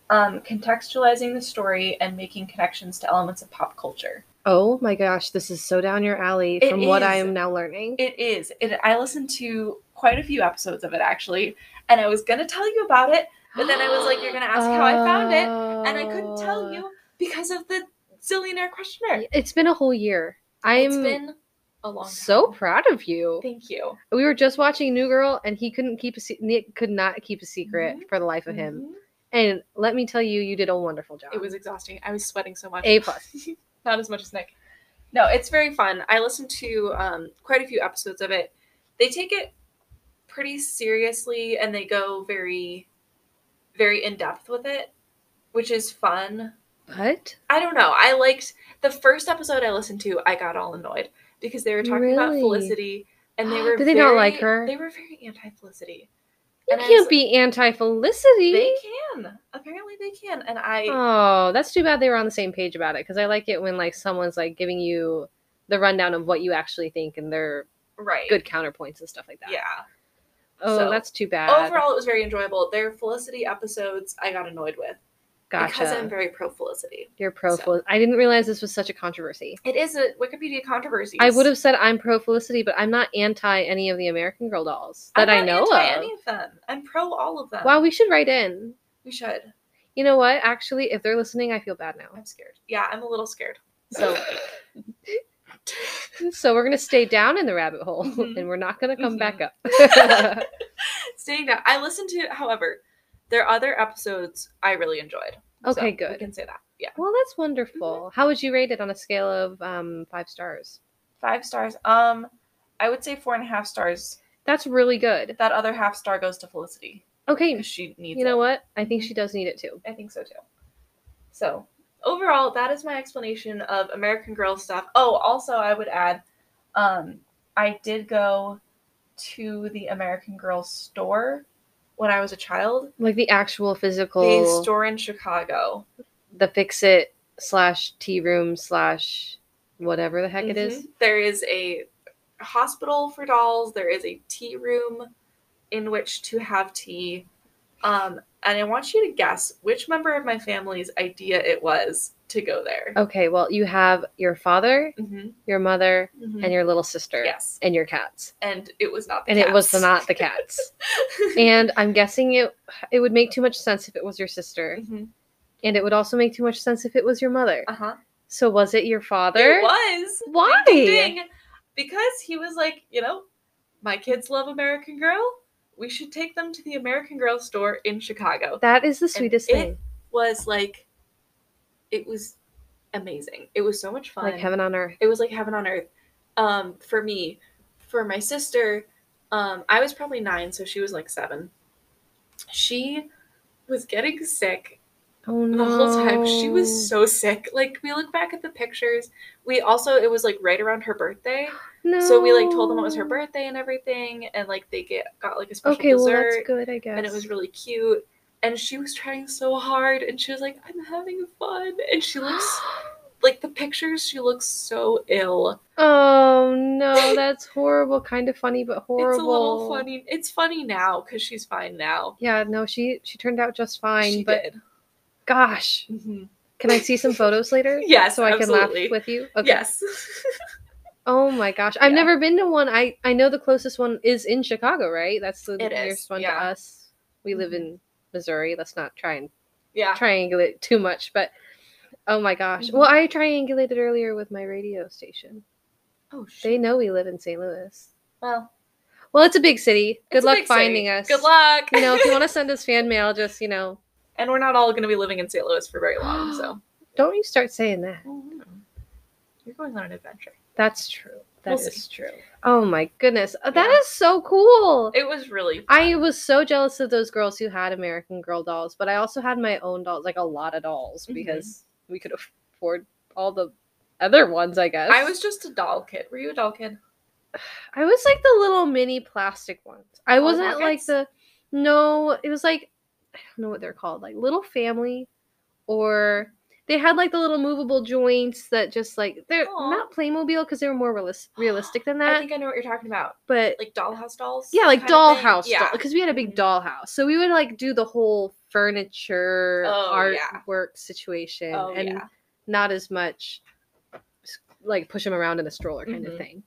um, contextualizing the story and making connections to elements of pop culture. oh my gosh, this is so down your alley It from what I is. am now learning. It is. It, I listened to quite a few episodes of it actually, and I was going to tell you about it, but then I was like, you're going to ask how I found it, and I couldn't tell Oh. you because of the zillionaire questionnaire. It's been a whole year. I'm it's been a long time. so proud of you. Thank you. We were just watching New Girl, and he couldn't keep a se- Nick could not keep a secret Mhm. for the life of him. And let me tell you, you did a wonderful job. Mm-hmm. It was exhausting. I was sweating so much. a plus. Not as much as Nick. No, it's very fun. I listened to um, quite a few episodes of it. They take it pretty seriously and they go very, very in depth with it, which is fun. But I don't know. I liked the first episode I listened to. I got all annoyed because they were talking about Really? Felicity and they were Did they not very- like her? They were very anti Felicity. you And I was- can't be anti Felicity. They can apparently they can, and I Oh, that's too bad they were on the same page about it because I like it when like someone's like giving you the rundown of what you actually think and their right good counterpoints and stuff like that. yeah. Oh, So, that's too bad. overall it was very enjoyable their felicity episodes i got annoyed with gotcha. because i'm very pro felicity You're pro so- Felicity. I didn't realize this was such a controversy. it is a wikipedia controversy I would have said I'm pro Felicity, but I'm not anti any of the American Girl dolls I'm that I not know anti of. any of them i'm pro all of them Wow, we should write in. we should You know what? Actually, if they're listening, I feel bad now. i'm scared yeah i'm a little scared So, so we're gonna stay down in the rabbit hole, Mhm. and we're not gonna come Mhm. back up. staying down i listened to however their other episodes i really enjoyed Okay, So, we good. can say that yeah Well, that's wonderful. How would you rate it on a scale of um, five stars? five stars um i would say four and a half stars That's really good. that other half star goes to felicity Okay, because she needs you know it. what? I think Mhm. she does need it too. I think so too. So overall, that is my explanation of American Girl stuff. Oh, also I would add, um, I did go to the American Girl store when I was a child. Like the actual physical, The store in Chicago. the fix it slash tea room slash whatever the heck it is. Mhm. There is a hospital for dolls. There is a tea room in which to have tea. Um, and I want you to guess which member of my family's idea it was to go there. Okay, well, you have your father, hmm your mother, and your little sister, Mm-hmm. yes. and your cats, and it was not the and it was the cats. not the cats. and I'm guessing it it would make too much sense if it was your sister, Mhm. and it would also make too much sense if it was your mother. uh-huh So was it your father? it was Why? Ding, ding, ding. because he was like you know my kids love american girl we should take them to the american girl store in chicago That is the sweetest it- thing. was like it was amazing it was so much fun Like heaven on earth. it was like heaven on earth um for me for my sister um i was probably nine so she was like seven she was getting sick Oh no. the whole time she was so Oh. sick like we look back at the pictures we also it was like right around her birthday no. so we like told them it was her birthday and everything and like they get got like a special Okay, well dessert that's good, I guess. and it was really cute and she was trying so hard and she was like i'm having fun and she looks like the pictures, she looks so ill. Oh no, that's horrible. Kind of funny, but horrible. It's a little funny. It's funny now because she's fine now. Yeah, no, she she turned out just fine. she but did. gosh, Mhm. can I see some photos later? Yes, so I can absolutely. laugh with you. Okay. Yes. Oh my gosh, I've Yeah. never been to one. I I know the closest one is in Chicago, right? That's the It is, nearest one yeah. to us. We live Mhm. in Missouri. Let's not try and yeah. triangulate too much, but oh my gosh. Mhm. Well, I triangulated earlier with my radio station. Oh shit. They know we live in St. Louis. Well, Well, it's a big city. Good it's a luck big city. finding us. Good luck. You know, if you want to send us fan mail, just you know, and we're not all going to be living in St. Louis for very long, so don't you start saying that. you're going on an adventure. That's true. That We'll is see. true. Oh my goodness, Uh, that is Yeah. so cool. It was really. I was so jealous of those girls who had American Girl dolls, but I also had my own dolls, like a lot of dolls, Mhm. because we could afford all the other ones, I guess. I was just a doll kid. Were you a doll kid? I was like the little mini plastic ones. I Oh, wasn't like rockets? the no, it was like I don't know what they're called, like little family or they had like the little movable joints that just like they're Aw. not Playmobil because they were more realis- realistic than I that, think I know what you're talking about. but Like dollhouse dolls. Uh, yeah, like kind of thing? dollhouse Yeah. because we had a big Mhm. dollhouse. So we would like do the whole furniture Oh, yeah. artwork situation Oh and yeah. not as much s- like push them around in a stroller kind of Mhm. thing.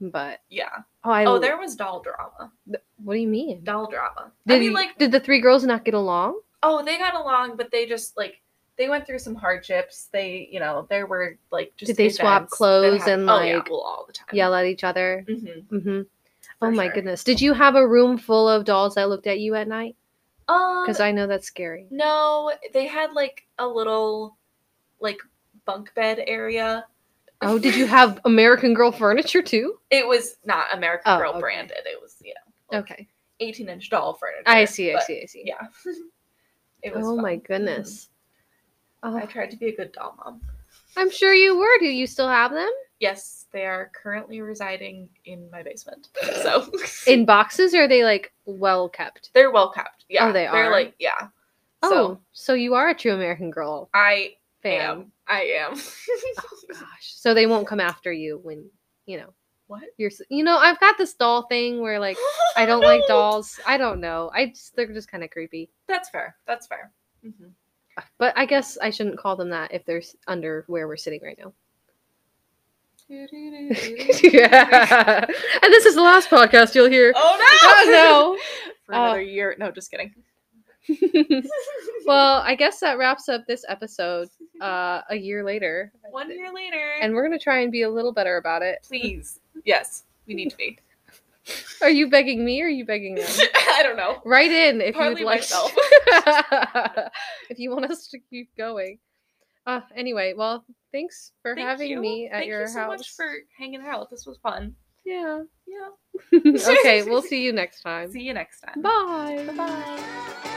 But Yeah. oh, I Oh, l- there was doll drama. Th- What do you mean? Doll drama. Did, I mean, y- like, did the three girls not get along? oh, they got along, but they just like they went through some hardships. They, you know, there were like just Did they swap events that clothes hap- and, oh, yeah, like, well, all the time. Yell at each other. hmm hmm For Oh my sure. goodness! Did you have a room full of dolls that looked at you at night? Um, Because I know that's scary. no, they had like a little like bunk bed area. Oh, did you have American Girl furniture too? It was not American Oh, Girl okay. branded. It was you know like, Okay, 18 inch doll furniture. I see. I Oh, but, see. I see. Yeah. it was Oh my fun. goodness. Mhm. I Oh, tried to be a good doll mom. I'm sure you were. Do you still have them Yes, they are currently residing in my basement. So in boxes? Or are they like well kept? they're well kept. Yeah, Oh, they They're are? like yeah. Oh, So so, you are a true American Girl I fan. am. I am. Gosh, so they won't come after you when you know what? you're. s- You know, I've got this doll thing where like. I don't like No. dolls. I don't know. I just, they're just kind of creepy. That's fair. That's fair. hmm But I guess I shouldn't call them that if they're s- under where we're sitting right now. yeah. And this is the last podcast you'll hear. Oh no! Oh, For Uh, another year. No, just kidding. no. well, I guess that wraps up this episode uh, a year later. One year later. And we're going to try and be a little better about it. please, yes, we need to be. Are you begging me or are you begging them? I don't know. Write in if Partly you'd like myself. if you want us to keep going. Uh, anyway, well, thanks for Thank having you. me at Thank your you so house. much for hanging out. This was fun. Yeah. Yeah. okay, we'll see you next time. See you next time. Bye. Bye.